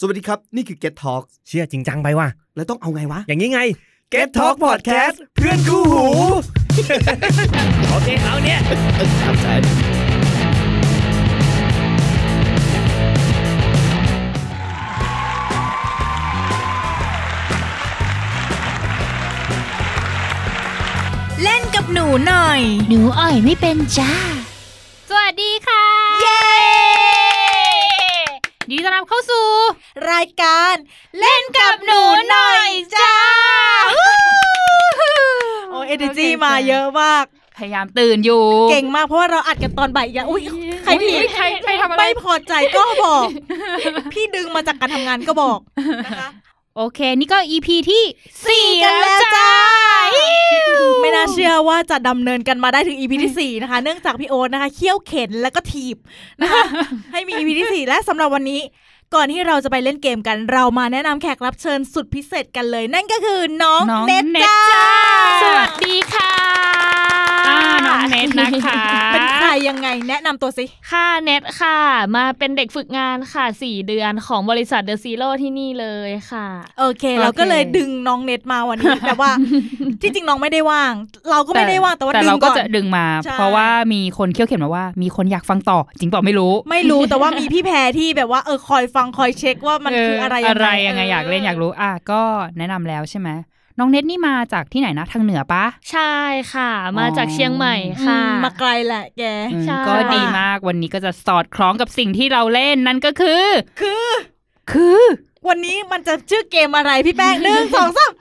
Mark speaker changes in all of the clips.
Speaker 1: สวัสดีครับ นี่คือ Get Talk
Speaker 2: เชื่อจริงจังไปว่ะ
Speaker 1: แล้วต้องเอาไงวะ
Speaker 2: อย่างนี้ไง
Speaker 1: Get Talk Podcast เพื่อนคู่หู
Speaker 2: โอเคเอาเนี่ย
Speaker 3: เล่นกับหนูหน่อย
Speaker 4: หนูอ่อยไม่เป็นจ้า สวัสดีค่ะ เย้ดีต้อนรับเข้าสู่
Speaker 3: รายการเล่นกับหนูหน่อยจ้าโอ้เอเนจีมาเยอะมาก
Speaker 4: พยายามตื่นอยู่
Speaker 3: เก่งมากเพราะว่าเราอัดกันตอนบ่ายอีกอ่ะอุ้ยใครดี
Speaker 4: อุ๊ยใครใครทำอะไร
Speaker 3: ไม่พอใจก็บอก พี่ดึงมาจากการทำงานก็บอกนะคะ
Speaker 4: โอเค นี่ก็ EP ที่สี่
Speaker 3: กันแล้วจ้า
Speaker 4: อิ๊ว
Speaker 3: ไม่น่าเชื่อว่าจะดำเนินกันมาได้ถึง EP ที่สี่ นะคะ เนื่องจากพี่โอ๊ตนะคะเคี่ยวเข็นแล้วก็ถีบนะคะ ให้มี EP ที่สี่และสำหรับวันนี้ ก่อนที่เราจะไปเล่นเกมกัน เรามาแนะนำแขกรับเชิญสุดพิเศษกันเลย นั่นก็คือน้อง
Speaker 4: น้อง
Speaker 3: เน
Speaker 4: เน็
Speaker 3: ต
Speaker 4: ต
Speaker 3: จ้า
Speaker 4: จ้า
Speaker 3: สวัสดี
Speaker 4: ดีค่ะ
Speaker 5: อ่าน้องเน็ตนะคะ
Speaker 3: เป็นใครยังไงแนะนำตัวสิ
Speaker 5: ค่ะเน็ตค่ะ มาเป็นเด็กฝึกงานค่ะ 4 เดือนของบริษัทเดอะซีโร่ที่นี่เลยค่ะ
Speaker 3: โอเค เราก็เลยดึงน้องเน็ตมาวันนี้ แต่ว่า ที่จริงน้องไม่ได้ว่าง เราก็ไม่ได้ว่างแต่ว่าดึง
Speaker 5: เราก็
Speaker 3: ก่อน
Speaker 5: จะดึงมา
Speaker 3: ใช่
Speaker 5: เพราะว่ามีคนเคี่ยวเข็นมาว่า มีคนอยากฟังต่อ จริงเปล่าไม่รู้
Speaker 3: ไม่รู้แต่ว่ามีพี่แพรที่แบบว่าเออคอยฟังคอยเช็คว่ามันคืออะไร
Speaker 5: เอะไรยังไง
Speaker 3: เ
Speaker 5: อยากเล่นอยากรู้ อ่ะก็แนะนำแล้วใช่ไหมน้องเน็ตนี่มาจากที่ไหนนะทางเหนือปะ
Speaker 6: ใช่ค่ะ มาจากเชียงใหม่
Speaker 3: อื
Speaker 6: ค่ะ
Speaker 3: มมาไกลแหละแก
Speaker 5: อืม
Speaker 6: ใช่
Speaker 5: ก็ดีมากวันนี้ก็จะสอดคล้องกับสิ่งที่เราเล่นนั่นก็คือ
Speaker 3: คือ
Speaker 5: คือ
Speaker 3: วันนี้มันจะชื่อเกมอะไรพี่แป้งหนึ่งสอง สาม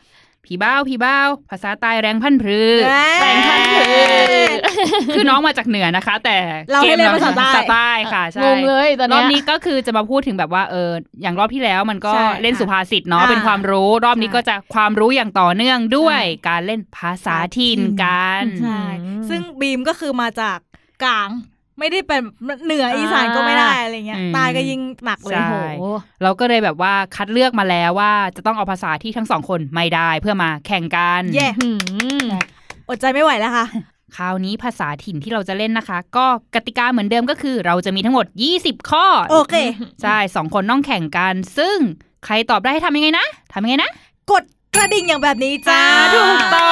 Speaker 5: ผีบ้าวผีบ้าวภาษาใตายแรงพันพรือ
Speaker 3: แปลงทันเ
Speaker 5: คือน้องมาจากเหนือนะคะ แต่
Speaker 3: เราให้เรียนภาษาใต้
Speaker 5: กมเรใต้ค่ะใช่
Speaker 6: งงเลยตอน
Speaker 5: รอบ
Speaker 6: เนี้ย
Speaker 5: นี้ก็คือจะมาพูดถึงแบบว่าเอออย่างรอบที่แล้วมันก็
Speaker 3: ใช่ค่ะ
Speaker 5: เล่นสุภาษิตเนาะ
Speaker 3: อ่า
Speaker 5: เป็นความรู้ รอบนี้
Speaker 3: ใช่
Speaker 5: ก็จะความรู้อย่างต่อเนื่องด้วย
Speaker 3: ใช่
Speaker 5: การเล่นภาษาถิ่น
Speaker 3: ภาษาถิ่น
Speaker 5: กัน
Speaker 3: ใช่ซึ่งบีมก็คือมาจากกลาง ไม่ได้เป็นเหนืออีสานก็ไม่ได้อะไรเงี้ย ตายก็ยิ่งหนักเลย
Speaker 5: ใช่เราก็เลยแบบว่าคัดเลือกมาแล้วว่าจะต้องเอาภาษาที่ทั้งสองคนไม่ได้เพื่อมาแข่งกัน
Speaker 3: แย่
Speaker 6: หืม
Speaker 3: อดใจไม่ไหวแล้วค่ะ
Speaker 5: คราวนี้ภาษาถิ่นที่เราจะเล่นนะคะ ก็กติกาเหมือนเดิมก็คือ เราจะมีทั้งหมด 20 ข้อ
Speaker 3: โอเค
Speaker 5: ใช่สองคนต้องแข่งกัน ซึ่งใครตอบได้ให้ทำยังไงนะทำยังไงนะ
Speaker 3: กดกระดิ่งอย่างแบบนี้จ้า
Speaker 5: อ่าถูกต้อ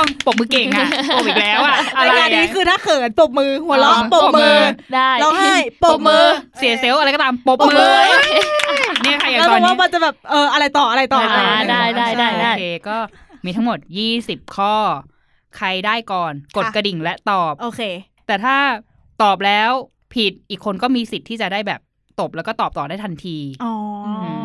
Speaker 5: งปมมือเก่งอ่ะปมอีกแล้วอ่ะอะ
Speaker 3: ราย
Speaker 5: ไร
Speaker 3: การนี้
Speaker 5: อ่ะ
Speaker 3: คือถ้าเขินปรบมือหัวเราะปรบมือ
Speaker 6: ได้
Speaker 3: ร้องไห้ปรบมือ
Speaker 5: เสียเซลลอะไรก็ตามปม
Speaker 3: ปรบมื
Speaker 5: มื
Speaker 3: อ
Speaker 5: อเนี่ยค่ะอย่าง
Speaker 3: แล้ว
Speaker 5: ตอน
Speaker 3: ว่า
Speaker 5: นี้
Speaker 3: มันจะแบบเอออะไรต่ออะไรต่อ
Speaker 6: อ่าได้ได้ได้ได้
Speaker 5: โอเคก็มีทั้งหมด 20 ข้อ ใครได้ก่อนกด
Speaker 3: ค่ะ
Speaker 5: กระดิ่งและตอบ
Speaker 3: โอเค
Speaker 5: แต่ถ้าตอบแล้วผิดอีกคนก็มีสิทธิ์ที่จะได้แบบตบแล้วก็ตอบต่อได้ทันที
Speaker 3: อ๋อ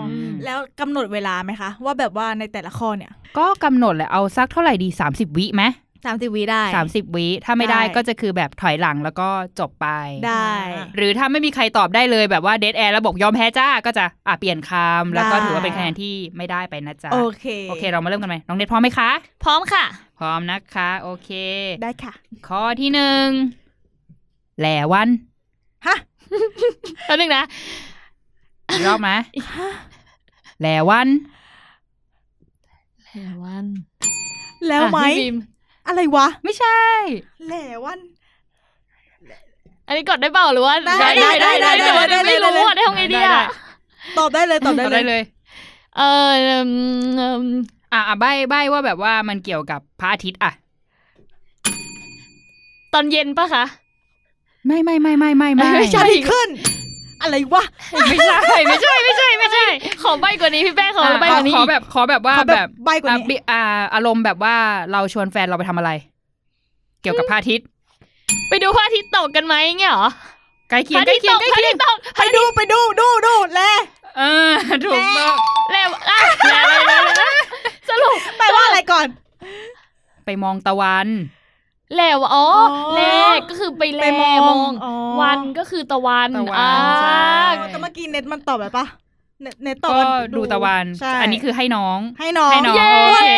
Speaker 5: ม
Speaker 3: แล้วกำหนดเวลาไหมคะ ว่าแบบว่าในแต่ละข้อเนี่ย
Speaker 5: ก็กำหนดแหละเอาสักเท่าไหร่ดี 30 วิไหม
Speaker 3: สามสิบวิได้
Speaker 5: สามสิบวิถ้าไม่ได้
Speaker 3: ได้
Speaker 5: ก็จะคือแบบถอยหลังแล้วก็จบไป
Speaker 3: ได้
Speaker 5: หรือถ้าไม่มีใครตอบได้เลยแบบว่าเดทแอร์แล้วบอกยอมแพ้จ้าก็จะอ่ะเปลี่ยนคำแล้วก็
Speaker 3: ได้
Speaker 5: ถือว่าเป็นคะแนนที่ไม่ได้ไปนะจ๊ะ
Speaker 3: โอเค
Speaker 5: โอเคเรามาเริ่มกันไหมน้องเดทพร้อมไหมคะ
Speaker 6: พร้อมค่ะ
Speaker 5: พร้อมนะคะ โอเค
Speaker 3: ได้ค่ะ
Speaker 5: ข้อที่หนึ่งแหล่วัน
Speaker 3: ฮะ
Speaker 6: แป๊บนึงนะ
Speaker 5: อีกรอบไหมแหล่วัน
Speaker 6: แล้ววัน
Speaker 3: แล้วไหม
Speaker 6: อ่ะพี่บิ
Speaker 3: อะไรวะ
Speaker 5: ไม่ใช่
Speaker 3: แหล่วัน
Speaker 6: อันนี้กดได้เปล่าหรือว่า
Speaker 3: ได้ได้ได้ได้
Speaker 6: แต่ว่า
Speaker 3: ได้ได้
Speaker 6: ไม่รู้
Speaker 3: ได้
Speaker 6: ว่าได้ทำไงดี
Speaker 5: ได้
Speaker 6: อ่ะ
Speaker 3: ตอบได้เลยตอบได้
Speaker 5: เอา
Speaker 3: เล
Speaker 5: ได้
Speaker 3: ย
Speaker 5: เลย
Speaker 6: เออเอิ่มเอิ่ม
Speaker 5: อ่ะอ่ะใบใบว่าแบบว่ามันเกี่ยวกับพระอาทิตย์อ่ะ
Speaker 6: ตอนเย็นปะคะ
Speaker 5: ไม่ไม่ไม่ไม่ไม่ไม่
Speaker 3: ใช่ขึ้น อะไรวะ
Speaker 5: ไม่ใช่ไม่ใช่ไม่ใช่ไม่ใช่
Speaker 6: ขอใบกว่านี้พี่แป้งขอใบกว่านี้
Speaker 5: ขอแบบขอแบบว่า
Speaker 3: ขอแบบ
Speaker 5: แบบ
Speaker 3: ใบ้กว่านี้
Speaker 5: อ่ะบิอ่าอารมณ์แบบว่าเราชวนแฟนเราไปทำอะไร เกี่ยวกับพระอาทิตย์
Speaker 6: ไปดูพระอาทิตย์ตกกันไหมเงี้ยเหรอ
Speaker 5: ใกล้เคีย
Speaker 6: พ
Speaker 5: ง
Speaker 6: ระอา
Speaker 5: ใกล้
Speaker 6: ทิตย์
Speaker 5: เคี
Speaker 6: ต
Speaker 5: ยง
Speaker 6: ก
Speaker 5: ใกล้
Speaker 6: พระอา
Speaker 5: เคี
Speaker 3: ไป
Speaker 5: ยง
Speaker 6: ทิตย์ตก
Speaker 3: ดูไปดูดูดูแล
Speaker 5: เออถูกต้อง
Speaker 6: แล้วอ่ะแล้วแล้วแล้วสรุป
Speaker 3: แปลว่าอะไรก่อน
Speaker 5: ไปมองตะวัน
Speaker 6: แล้วอ๋ออ
Speaker 3: อ
Speaker 6: แลก็คือไปแล
Speaker 3: ไปมอง
Speaker 6: มอง
Speaker 3: อ๋อ
Speaker 6: วันก็คือตะวัน
Speaker 5: ตะวัน
Speaker 6: อ่า
Speaker 5: ใช่
Speaker 3: แต่เมื่อกี้เน็ตมันตอบแบบปะเน็ตเน็ตตอบ
Speaker 5: ก็
Speaker 3: ว่า
Speaker 5: ดูตะวัน
Speaker 3: ใช่
Speaker 5: อันนี้คือให้น้อง
Speaker 3: ให้น้อง
Speaker 5: ให้น้อง
Speaker 6: เย้
Speaker 5: โอเค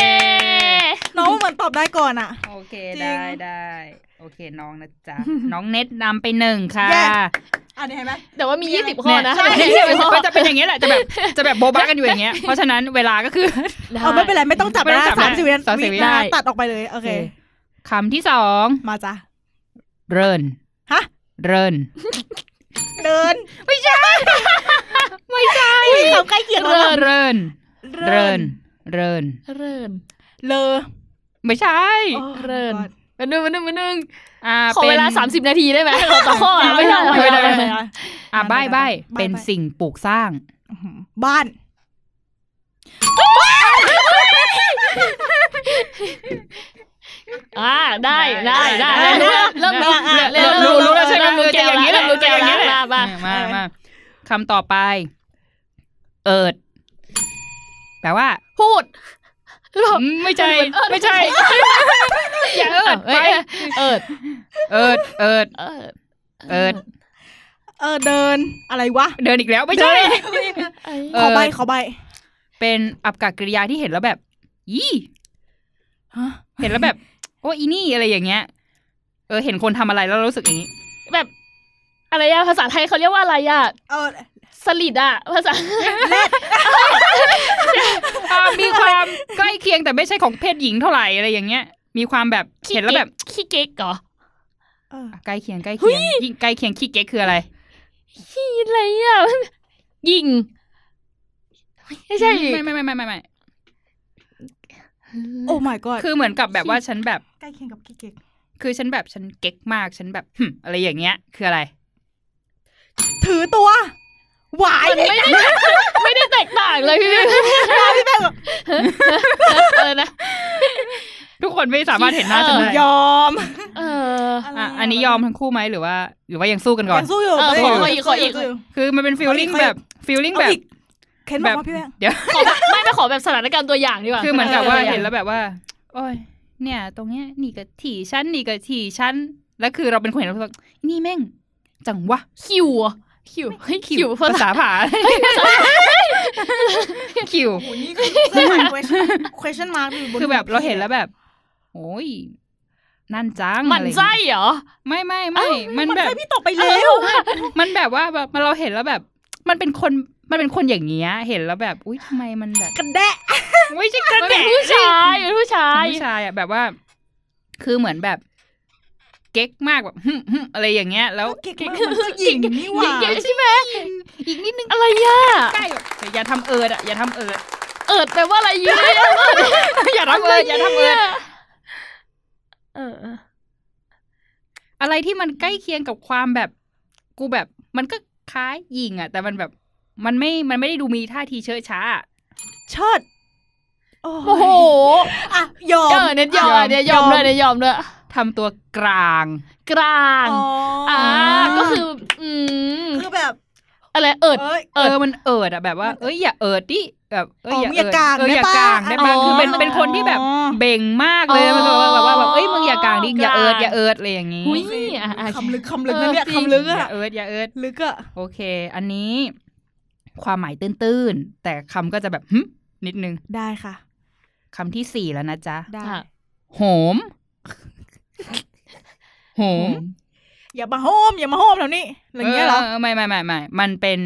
Speaker 3: น้องเหมือนตอบได้ก่อนอ่ะ
Speaker 5: โอเค
Speaker 3: จริง
Speaker 5: ได้ได้โอเคน้องนะจ๊ะ น้องเน็ตนำไปหนึ่งค่ะ
Speaker 3: แย่ อันนี้เห็นไหม
Speaker 6: แต่ว่ามี 20 ข้อนะ
Speaker 5: ใช่
Speaker 6: ยี่สิบข้อ
Speaker 5: ก็จะเป็นอย่างเงี้ยแหละจะแบบจะแบบโบะบ้ากันอยู่อย่างเงี้ยเพราะฉะนั้นเวลาก็คือ
Speaker 3: เอาไม่เป็นไรไม่ต้องจับ
Speaker 5: ไม่ต้
Speaker 3: นะ
Speaker 5: องจับ
Speaker 3: สามสิบวินา
Speaker 5: สามสิ
Speaker 3: ที
Speaker 5: บวิ
Speaker 3: นะคะตัดออกไปเลย โอเค
Speaker 5: คำที่สอง
Speaker 3: มาจ้ะ
Speaker 5: เริ่น
Speaker 3: ฮะ
Speaker 5: เริ่น
Speaker 3: เดิน
Speaker 5: ไม่ใช่
Speaker 3: มีคำใกล้เคียงแล้ว
Speaker 5: เริน
Speaker 3: นะ
Speaker 5: เรินเรินเริน
Speaker 6: เริ่น
Speaker 3: เลอ
Speaker 5: ไม่ใช่
Speaker 3: อ๋อ
Speaker 6: เริ่น มันนึงมันนึงมันนึง
Speaker 5: อ่า
Speaker 6: ขอ
Speaker 5: ป็น
Speaker 6: เวลา 30 นาทีได้ไหมเราต่อข้ออะไม่ได้
Speaker 5: ไม่
Speaker 6: ไม่
Speaker 5: ได้
Speaker 6: ได้
Speaker 5: อ่าใบใบ
Speaker 3: ใบ้
Speaker 5: เป็น
Speaker 3: ใบ้
Speaker 5: สิ่งปลูกสร้าง
Speaker 3: บ้าน
Speaker 6: อ่าได้ได้ได้
Speaker 5: ได้ได้
Speaker 6: ได้เริ่มเริ่ม
Speaker 3: ได้
Speaker 6: เริ่ม
Speaker 5: รู้รู้รู้แล้วใช่ไหม
Speaker 6: เริ่
Speaker 5: มือแกอย่างนี้แหละมือแกอย่างนี้แหละ
Speaker 6: มามา
Speaker 5: มามาคำต่อไป เอิด แปลว่า
Speaker 6: พูดหลบ
Speaker 5: อืมไม่ใช่ ไม่ใช่ อย่าเอิดไป
Speaker 6: เอิด
Speaker 5: เอิดเอิด
Speaker 6: เอิด
Speaker 5: เอิด
Speaker 3: เออเดินอะไรวะ
Speaker 5: เดินอีกแล้วไม่ใช่
Speaker 6: เอิด
Speaker 5: เออ
Speaker 3: ขอใบขอใบ
Speaker 5: เป็นอับกากริยาที่เห็นแล้วแบบ ยี่
Speaker 3: ฮะ
Speaker 5: เห็นแล้วแบบ โอ้อีนี่อะไรอย่างเงี้ย เออ เห็นคนทำอะไรแล้วรู้สึกอย่างนี้
Speaker 6: แบบอะไรอะภาษาไทยเขาเรียกว่าอะไรอะ
Speaker 3: เออ
Speaker 6: สลิดอะภาษา
Speaker 5: อ่ามีความใกล้เคียงแต่ไม่ใช่ของเพศหญิงเท่าไหร่อะไรอย่างเงี้ย มีความแบบเห็นแล้วแบบ
Speaker 6: ขี้เก๊กเหรอ
Speaker 3: เออ
Speaker 5: อ่ะใกล้เคียงใกล้เคียงยิ่งใกล้เคียงขี้เก๊กคืออะไร
Speaker 6: ขี้อะไรอะยิงไม่ใช่อีก
Speaker 5: ไม่ไม่ไม่ไม่ไม่ไม่
Speaker 3: โอ้ my god
Speaker 5: คือเหมือนกับแบบว่าฉันแบบ
Speaker 3: ใกล้เคียงกับกิ๊กเก๊ก
Speaker 5: คือฉันแบบฉันเก๊กมากฉันแบบหึ่มอะไรอย่างเงี้ย คืออะไร
Speaker 3: ถือตัว หวาย
Speaker 6: มันไม่ได้ไม่ได้แตกต่างเลยพี่
Speaker 3: พี่แม่งแบบ
Speaker 6: เออนะ
Speaker 5: ทุกคนไม่สามารถเห็นหน้าฉันได้
Speaker 3: ยอม
Speaker 6: เออ
Speaker 3: ะไระ
Speaker 5: อ่ะอันนี้ยอมทั้งคู่ไหมหรือว่า หรือว่ายังสู้กันก่อน
Speaker 3: ยังสู้อยู่
Speaker 6: เออ
Speaker 3: ยังสู้
Speaker 6: ขออีกขออีก
Speaker 3: สู้ยู่
Speaker 5: คือมันเป็นฟีลลิ่ง
Speaker 3: เขาอีก
Speaker 5: แบบฟีลลิ่ง
Speaker 3: เอา
Speaker 5: แบบ
Speaker 3: อีกเข็นบอกว่าพี่แม่ง
Speaker 5: เดี๋ยว
Speaker 6: ขอแบบไม่ไม่ขอแบบสถานการณ์ตัวอย่างดีกว่า
Speaker 5: คือเหมือนกับว่า
Speaker 6: สถกรณ์ตั
Speaker 5: เห็
Speaker 6: ย่
Speaker 5: น
Speaker 6: ง
Speaker 5: แล้วแบบว่า โอ้ยเนี่ย ตรงเนี้ยนี่ก็ถี่ชั้นนี่ก็ถี่ชั้นแล้วคือเราเป็นคนเห็นแล้วแบบนี่แม่ง จังวะ
Speaker 6: คิวอะคิวเฮ้ยคิว
Speaker 5: ภาษาผา คิว
Speaker 3: คือเหมือน question question mark ยู่น
Speaker 5: คือแบบเราเห็นแล้วแบบโอ้ยนั่นจัง
Speaker 6: หมัน
Speaker 5: อะไรอย่าง
Speaker 6: ไส้
Speaker 5: เงี้ย
Speaker 6: เหรอ
Speaker 5: ไม่ไม่ไม่มัน
Speaker 3: มัน
Speaker 5: แบบ
Speaker 3: ใช่พี่ตกไปแล้ว
Speaker 5: มันแบบว่าแบบเราเห็นแล้วแบบ มันเป็นคนมันเป็นคนอย่างเงี้ยเห็นแล้วแบบ อุ้ยทำไมมัน แบบ
Speaker 3: กันแดะ
Speaker 5: ไม่ใช่กระ
Speaker 6: มัน
Speaker 5: แด
Speaker 6: เป็น
Speaker 5: ก
Speaker 6: ผู้ชายเป็นผู้ชา
Speaker 5: เป็
Speaker 6: ย
Speaker 5: นผู้ชายอ่ะแบบว่า คือเหมือนแบบ เก๊กมากแบบ หึ่มหึ่มอะไรอย่างเงี้ย แล้ว
Speaker 3: เก่งมากมันคือหญิงนี่หว่า
Speaker 6: เก่ง
Speaker 5: ใช่ไหมอีกนิดนึง
Speaker 6: อะไรอ่ะ
Speaker 5: ใกล้แบบอย่าทำเอิดอ่ะอย่าทำเอิด
Speaker 6: เอิดแปลว่าอะไรอยู่เนี่ย
Speaker 5: อย่าทำเอิดอย่าทำเอิด
Speaker 6: เออเออ
Speaker 5: อะไรที่มันใกล้เคียงกับความแบบ กูแบบ มันก็คล้ายยิงอ่ะ แต่มันแบบมันไม่มันไม่ได้ดูมีท่าทีเชอะช้าอะ
Speaker 3: เชิด โอ้
Speaker 6: โอ้โห
Speaker 3: อ่ะยอม
Speaker 6: เออเนี่ยยอมเนี่ยยอมเลยเนี่ยยอมเลย
Speaker 5: ทำตัวกลาง
Speaker 6: กลาง
Speaker 3: อ๋ออ่
Speaker 6: อ่าก็คืออืม
Speaker 3: คือแบบ
Speaker 6: อะไรเอิด
Speaker 3: เอ้ย
Speaker 5: เออมันเอิดอ่ะแบบว่า เอ้ยอย่าเอิดดิแบบเอ้ย
Speaker 3: อ๋อ
Speaker 5: อย่า
Speaker 3: มึงอ
Speaker 5: เอิ
Speaker 3: ย่า
Speaker 5: ด
Speaker 3: กลาง
Speaker 5: เออ
Speaker 3: ได้
Speaker 5: อย่า
Speaker 3: ปะ
Speaker 5: กลางได้ปะ
Speaker 6: อ๋อ
Speaker 5: คือเป็นเป็นคนที่แบบ
Speaker 3: อ๋อ
Speaker 5: เบ่งมากเลย
Speaker 6: อ๋
Speaker 5: มันแบบ
Speaker 6: อ
Speaker 5: ว่าแบบว่าแบบเอ้ยมึงอย่ากลางดิอย่าเอิดอย่าเอิดอะไรอย่างงี้
Speaker 6: หุ้ย
Speaker 3: อ่ะอ่ะคำลึกคำลึกนะเนี่ยคำลึก
Speaker 5: อย่า
Speaker 3: อ่ะ
Speaker 5: เอิดอย่าเอิด
Speaker 3: ลึกอ่ะ
Speaker 5: โอเค อันนี้ ความหมายตื้นๆแต่คำก็จะแบบหึนิดนึง
Speaker 3: ได้ค่ะ
Speaker 5: คำที่สี่แล้วนะจ๊ะ
Speaker 3: ได้
Speaker 6: ค่ะ
Speaker 5: โห ม โหม
Speaker 3: อย่ามาโฮมอย่ามาโฮมแล้วนี่อะไรอย่างเงี้ยเหรอ
Speaker 5: ไม่ไม่ไม่ไม่มันเป็น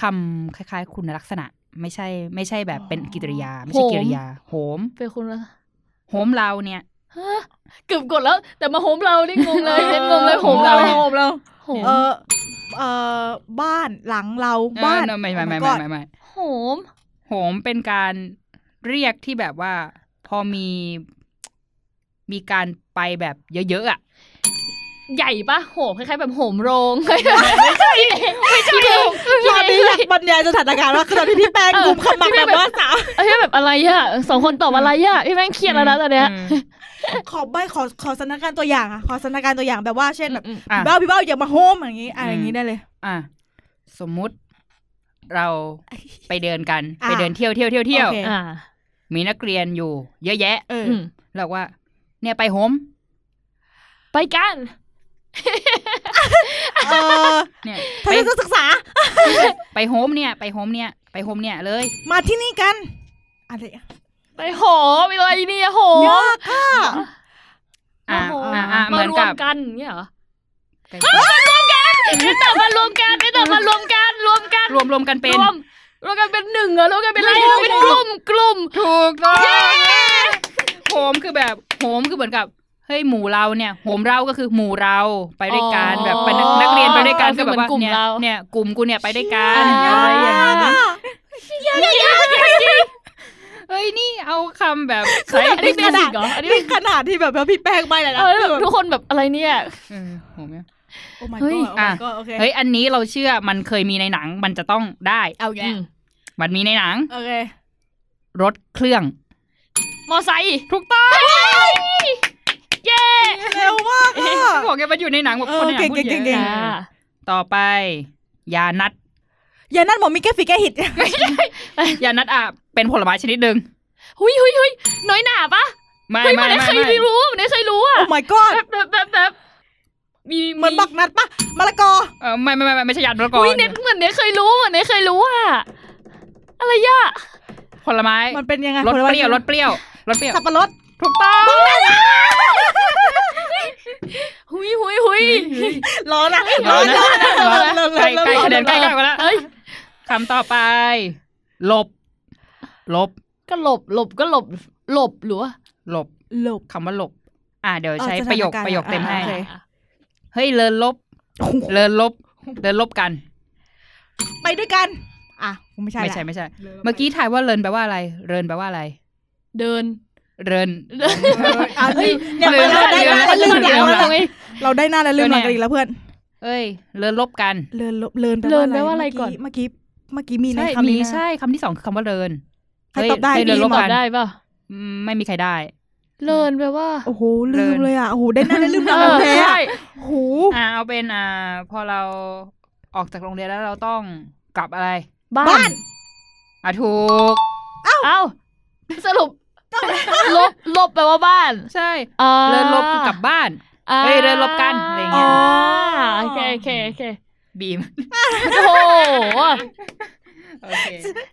Speaker 5: คำคล้าย ๆ คุณลักษณะ ไม่ใช่ ไม่ใช่แบบเป็นกิริยา ไม่ใช่
Speaker 6: โหม
Speaker 5: กิริยา โหม
Speaker 6: เป็นคนละ
Speaker 5: โหมเราเนี่ย
Speaker 6: ฮะเกือบกดแล้ว แต่มาโฮมเรานี่งงเลยเล่นงงเลยโฮมเรา
Speaker 5: โหมเรา
Speaker 6: โฮมเราโหม
Speaker 3: เออเออบ้านหลังเรา
Speaker 5: เออ
Speaker 3: บ้าน
Speaker 5: ไม่
Speaker 3: Oh
Speaker 5: ไม่ไม่
Speaker 3: my
Speaker 5: ไม่
Speaker 3: god
Speaker 5: ไม่ไม่
Speaker 6: โหม
Speaker 5: โหมเป็นการเรียกที่แบบว่า พอมี มีการไปแบบเยอะๆอ่ะ
Speaker 6: ใหญ่ปะโหมคล้ายๆแบบโหมโรงไม่ใช่ไม่ใช่พี่เอง
Speaker 3: ตอนนี้
Speaker 6: พี่เอย
Speaker 3: อาก
Speaker 6: ง
Speaker 3: บรรยายสถานการณ์ว่าคือตอนที่พี่แป้ง
Speaker 6: เออ
Speaker 3: กุมขมับ
Speaker 6: พี่แป้
Speaker 3: แบ
Speaker 6: ง
Speaker 3: บว่าสาว
Speaker 6: เอ้ยแบบอะไรอะสองคนตอบอะไรอะพี่แม่งเครียดแล้วนะตอนเนี้ย
Speaker 5: ม
Speaker 3: ขอใบขอขอสถานการณ์ตัวอย่างอ่ะขอสถานการณ์ตัวอย่างแบบว่าเช่นแบบพี่
Speaker 5: อ่ะ
Speaker 3: เบ้าพี่เบ้าอย่ามาโฮมอย่างงี้อะไรอย่างงี้ได้เลย
Speaker 5: อ่ะ สมมุติเราไปเดินกัน
Speaker 3: อ่ะ
Speaker 5: ไปเดินเที่ยวเที่ยวเที่ยวเที่ยว
Speaker 3: โอเค
Speaker 6: อ่า
Speaker 5: มีนักเรียนอยู่ เยอะแยะ
Speaker 3: เออ
Speaker 6: อืม
Speaker 5: เราก็ว่า เนี่ยไปโฮม
Speaker 6: ไปกัน
Speaker 3: เออ
Speaker 5: เนี่ย
Speaker 3: ทัศนศึกษา
Speaker 5: ไปโฮมเนี่ย ไปโฮมเนี่ย ไปโฮมเนี่ยเลย
Speaker 3: มาที่นี่กันอะไรอ่ะ
Speaker 6: ไปโหมอะไรเนี่ยโห
Speaker 3: ย
Speaker 6: ม
Speaker 3: ากค่ะ
Speaker 5: อ่า
Speaker 6: โโ
Speaker 5: อ่าอ่าเห
Speaker 6: มา
Speaker 5: มือน
Speaker 6: รว
Speaker 5: กั
Speaker 6: ม
Speaker 5: บ
Speaker 6: กันเนี่ยเหรอแต่มารวมกันไม่แต่มารวมกันรวมกัน
Speaker 5: รวมรวมกันเป็น
Speaker 6: รวมรวมกันเป็นหนึ่งเหรอรวมกันเป็นอะไร
Speaker 5: รว
Speaker 6: รว
Speaker 5: ม
Speaker 6: ม
Speaker 5: เป็
Speaker 6: เป็น นกลุ่มกลุ่ม
Speaker 5: ถูกต้องโฮมคือแบบโฮมคือเหมือนกับ เฮ้ยหมู่เราเนี่ยโหมเราก็คือหมู่เราไปด้วยกัน
Speaker 6: อ๋อ
Speaker 5: แบบเป็นนักนักเรียนไปด้วยกันก็แบบว่า
Speaker 6: คือเหมือนกลุ่ม
Speaker 5: เนี่ย
Speaker 6: เรา
Speaker 5: เนี่ยกลุ่มกูเนี่ยไปด้วยกัน
Speaker 6: เชี่ย
Speaker 5: อะไรอย่าง
Speaker 3: อ่ะ
Speaker 5: นี้เฮ้ยนี่เอาคำ แบบ
Speaker 6: เฮ้ย
Speaker 5: ใช้
Speaker 6: อันนี้เป็นสิ่งเหรออันนี้เป็
Speaker 3: นี่
Speaker 6: น
Speaker 3: ขนาดที่แบบว่าพี่แป้งไปเลยนะ
Speaker 6: เออแบบทุกคนแบบอะไรเนี่ย
Speaker 5: เออโหแม่
Speaker 3: โอ้ my
Speaker 6: เฮ้ย
Speaker 3: god
Speaker 5: อ่ะ
Speaker 3: โอ้ my god โอเค
Speaker 5: เฮ้ยอันนี้เราเชื่อมันเคยมีในหนังมันจะต้องได้
Speaker 3: เอาอีกแย่
Speaker 5: มันมีในหนัง
Speaker 3: โอเค
Speaker 5: รถเค รื่อง
Speaker 6: มอไซค์
Speaker 5: ถูกต้อง
Speaker 6: เย้
Speaker 3: เร็วมากอ่ะ
Speaker 5: บอกไงมันอยู่ในหนังแบบ
Speaker 3: เอ
Speaker 5: ค
Speaker 3: อน
Speaker 5: ในหนังพูด
Speaker 3: เก่งๆๆ
Speaker 5: เย
Speaker 6: จ้า
Speaker 5: อะต่อไป ยานัด
Speaker 3: อย่านั่นหมอมีแก้ฝีแก้ หิด
Speaker 5: ยานัดอ่ะเป็นผลไม้ชนิดหนึ่ง
Speaker 6: หุยหุยหุยน้อยหนาปะ
Speaker 5: ไม่
Speaker 6: เฮ้ย
Speaker 5: ไม่
Speaker 6: มันไม่
Speaker 5: ไม่
Speaker 6: เคย
Speaker 5: ไม่
Speaker 6: รู้มันไม่เคยรู้อ่ะ
Speaker 3: โอ้ my god
Speaker 6: แบบแบบแบบแบบมี
Speaker 3: เหมือนบักนัดปะมะละกอ
Speaker 5: เออไม่ไม่ไม่ไม่ไม่ใช่ยานประกอบ
Speaker 6: หุยเน็ตเหมือนเน็ตเคยรู้เหมือนเน็ตเคยรู้อ่ะอะไรย่ะ
Speaker 5: ผลไม้
Speaker 3: มันเป็นยังไง
Speaker 5: รส
Speaker 3: ผล
Speaker 5: เป
Speaker 3: ไม้
Speaker 5: รี้ยวรสเปรี้ยวรสเปรี้ยว
Speaker 3: สับปะรด
Speaker 5: ถูกต้อง
Speaker 6: หุยหุยหุย
Speaker 3: ร้อนอะ
Speaker 5: รอนะรอ
Speaker 3: ร้อ
Speaker 5: นะ
Speaker 3: น
Speaker 5: ใกล้ใกล้
Speaker 6: ร้อน
Speaker 5: คะแนนใกล้
Speaker 6: ร้อน
Speaker 5: ใกล้มาแล้ว
Speaker 6: เฮ้ย
Speaker 5: คำต่อไปหลบหลบ
Speaker 6: ก็หลบหลบก็หลบหลบหรือว่า
Speaker 5: หลบ
Speaker 3: หลบ
Speaker 5: คำว่าหลบ อ่ะเดี๋ยวใช้
Speaker 3: อ๋อสถาน
Speaker 5: ประโยค
Speaker 3: การณ์
Speaker 5: ประโยค
Speaker 3: อ่ะ
Speaker 5: เต็มให้
Speaker 3: โอเค
Speaker 5: เฮ้ยเลินลบ เลินลบ เลินลบกัน
Speaker 3: ไปด้วยกัน อ่ะไม่ใช่
Speaker 5: ไม่
Speaker 3: ละ
Speaker 5: ใช่ไม่ใช่ เมื่อกี้ถ่ายว่าเลินแปลว่าอะไร เลินแปลว่าอะไร
Speaker 6: เดิน
Speaker 5: เลิน
Speaker 3: อ่ะลืมเนี่ย
Speaker 5: ลืม
Speaker 3: เราได้หน้าแล้วลืมหลัง
Speaker 5: ลืม
Speaker 3: แล้ว
Speaker 5: แล้ว
Speaker 3: เราได้หน้าแล้วลืมหลังกันอีกแล้วเพื่อน
Speaker 5: เอ้ย เลินลบกัน
Speaker 3: เลินเลิน
Speaker 6: เลินแปลว่าอะไรก่อน
Speaker 3: เมื่อกี้เมื่อกี้มีใน
Speaker 5: ใช่
Speaker 3: คำ
Speaker 5: มี
Speaker 3: นี้นะ
Speaker 5: ใช่คำที่สองคือคำว่าเลิน
Speaker 3: ใครตอบได้
Speaker 5: เฮ้ยเฮ้ยเลินลบ
Speaker 6: ตอ
Speaker 5: กับ น
Speaker 6: ได้ป่ะ
Speaker 5: อืมไม่มีใครได้
Speaker 6: เลินแปลว่า
Speaker 3: โอ้โหลืมเลยอ่ะโอ้โหได้หน้าแล้วลืมหลัง
Speaker 6: เออ
Speaker 3: แท้อะ
Speaker 6: ใช่
Speaker 3: โอ้โห
Speaker 5: อ่าเอาเป็นอ่า พอเราออกจากโรงเรียนแล้วเราต้องกลับอะไร
Speaker 6: บ้า
Speaker 3: บ้าน น
Speaker 5: อ่ะถูก
Speaker 6: เอ้า สรุป ลบ ลบแปลว่าบ้าน
Speaker 5: ใช่
Speaker 6: อ่า
Speaker 5: เลินลบคือกลับบ้าน
Speaker 6: อ่า
Speaker 5: เอ้ยเดินลบกันอะไรอย่างเงี้ย
Speaker 6: อ๋อโอเคโอเคโอเค
Speaker 5: บีม
Speaker 6: โอ้โห
Speaker 5: โอเค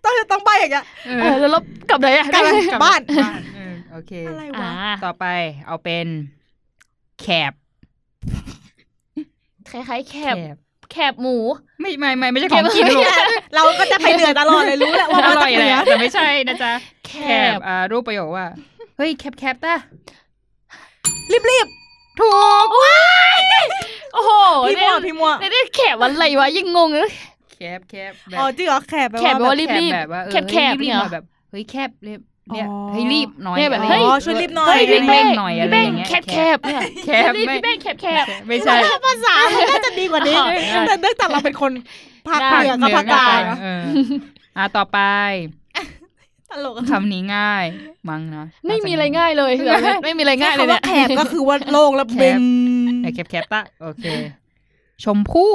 Speaker 3: ต้องต้องใบอย่างเงี้ย
Speaker 5: เอ
Speaker 6: เอ
Speaker 5: อ
Speaker 6: อแล้วลบกลับไหนอะ
Speaker 3: กลัน
Speaker 5: กลั
Speaker 3: บ้าน
Speaker 5: บ้านเออโอเค
Speaker 3: อะไร
Speaker 6: อ่าว
Speaker 3: ะ
Speaker 5: ต่อไปเอาเป็นแคบ
Speaker 6: คล้ายๆแคบ แคบหมู
Speaker 5: ไม่ไม่ไม่ไม่ใช่ของกินลูก
Speaker 3: เราก็จะไปเหนือตลอดเลยรู้แหละว่า
Speaker 5: อ
Speaker 3: มา
Speaker 5: ร่
Speaker 3: จา
Speaker 5: อย
Speaker 3: กเห
Speaker 5: แห
Speaker 3: นือ
Speaker 5: ละแต่ไม่ใช่นะจ๊ะ
Speaker 6: แค
Speaker 5: แคบบ อ่ารูปประโยคว่า เฮ้ยแคบแคบตา
Speaker 3: รีบรีบ
Speaker 5: ถูก
Speaker 6: โอ้โห
Speaker 3: ๆพี่
Speaker 6: เนี่
Speaker 3: มั
Speaker 6: ยว
Speaker 3: พี่มัว
Speaker 6: เนี่ยเนี่ยแคบอะไรวะยังงงเลย
Speaker 5: แคบแคบแบ
Speaker 3: อ๋อบ จริงเหรอแขบแปล
Speaker 6: แขกแปล
Speaker 3: ว่า
Speaker 6: ว่า รีบๆ
Speaker 5: แบบว่าเออ
Speaker 6: แคบๆ
Speaker 5: รี
Speaker 6: เนี่
Speaker 5: บๆห
Speaker 6: ยเหร
Speaker 5: น่
Speaker 6: อ
Speaker 5: อยแบบเฮ้ยแคบเรียบเนี่ย
Speaker 3: อ๋อ
Speaker 5: ให้รีบหน่อย
Speaker 6: เนี่ยแบบ
Speaker 5: อะไร
Speaker 6: เฮ้ย
Speaker 5: อา
Speaker 3: อ๋อ
Speaker 5: งงี้
Speaker 3: ช่วยรีบหน่อย
Speaker 6: เฮ้ยพี่
Speaker 5: เร่
Speaker 6: เป้
Speaker 5: ง
Speaker 6: ง
Speaker 5: หน่อยอะ
Speaker 6: พี่
Speaker 5: ไร
Speaker 6: เป้
Speaker 5: อง ย่างเงี้ย
Speaker 6: แคบแคบเนี่ย
Speaker 5: แคบ
Speaker 6: พี่
Speaker 5: ไม่
Speaker 6: พี่เป้งแคบแคบ
Speaker 5: ไม่ใช่
Speaker 3: ภาษามันน่าจะดีกว่านี้
Speaker 6: เออ
Speaker 3: แต่เนื่องจากเราเป็นคนภาค
Speaker 5: ภา
Speaker 3: เห
Speaker 5: ค
Speaker 3: นือ
Speaker 5: เห
Speaker 3: กับภาคก
Speaker 5: นือ
Speaker 3: ลางอะ
Speaker 5: เอออ่ะต่อไป
Speaker 3: ตลกอะ
Speaker 5: คำนี้ง่าย มั้งนะ
Speaker 6: ไม่มีอะไรง่ายเลยเหรอเนี่ยไม่มีอะไรง่ายเลย
Speaker 3: คำ
Speaker 6: เนี่
Speaker 3: ว่าย แขบก็คือว่าโล่งแล้วเบน
Speaker 5: เออแคบแคบตาโอเค ชมพู่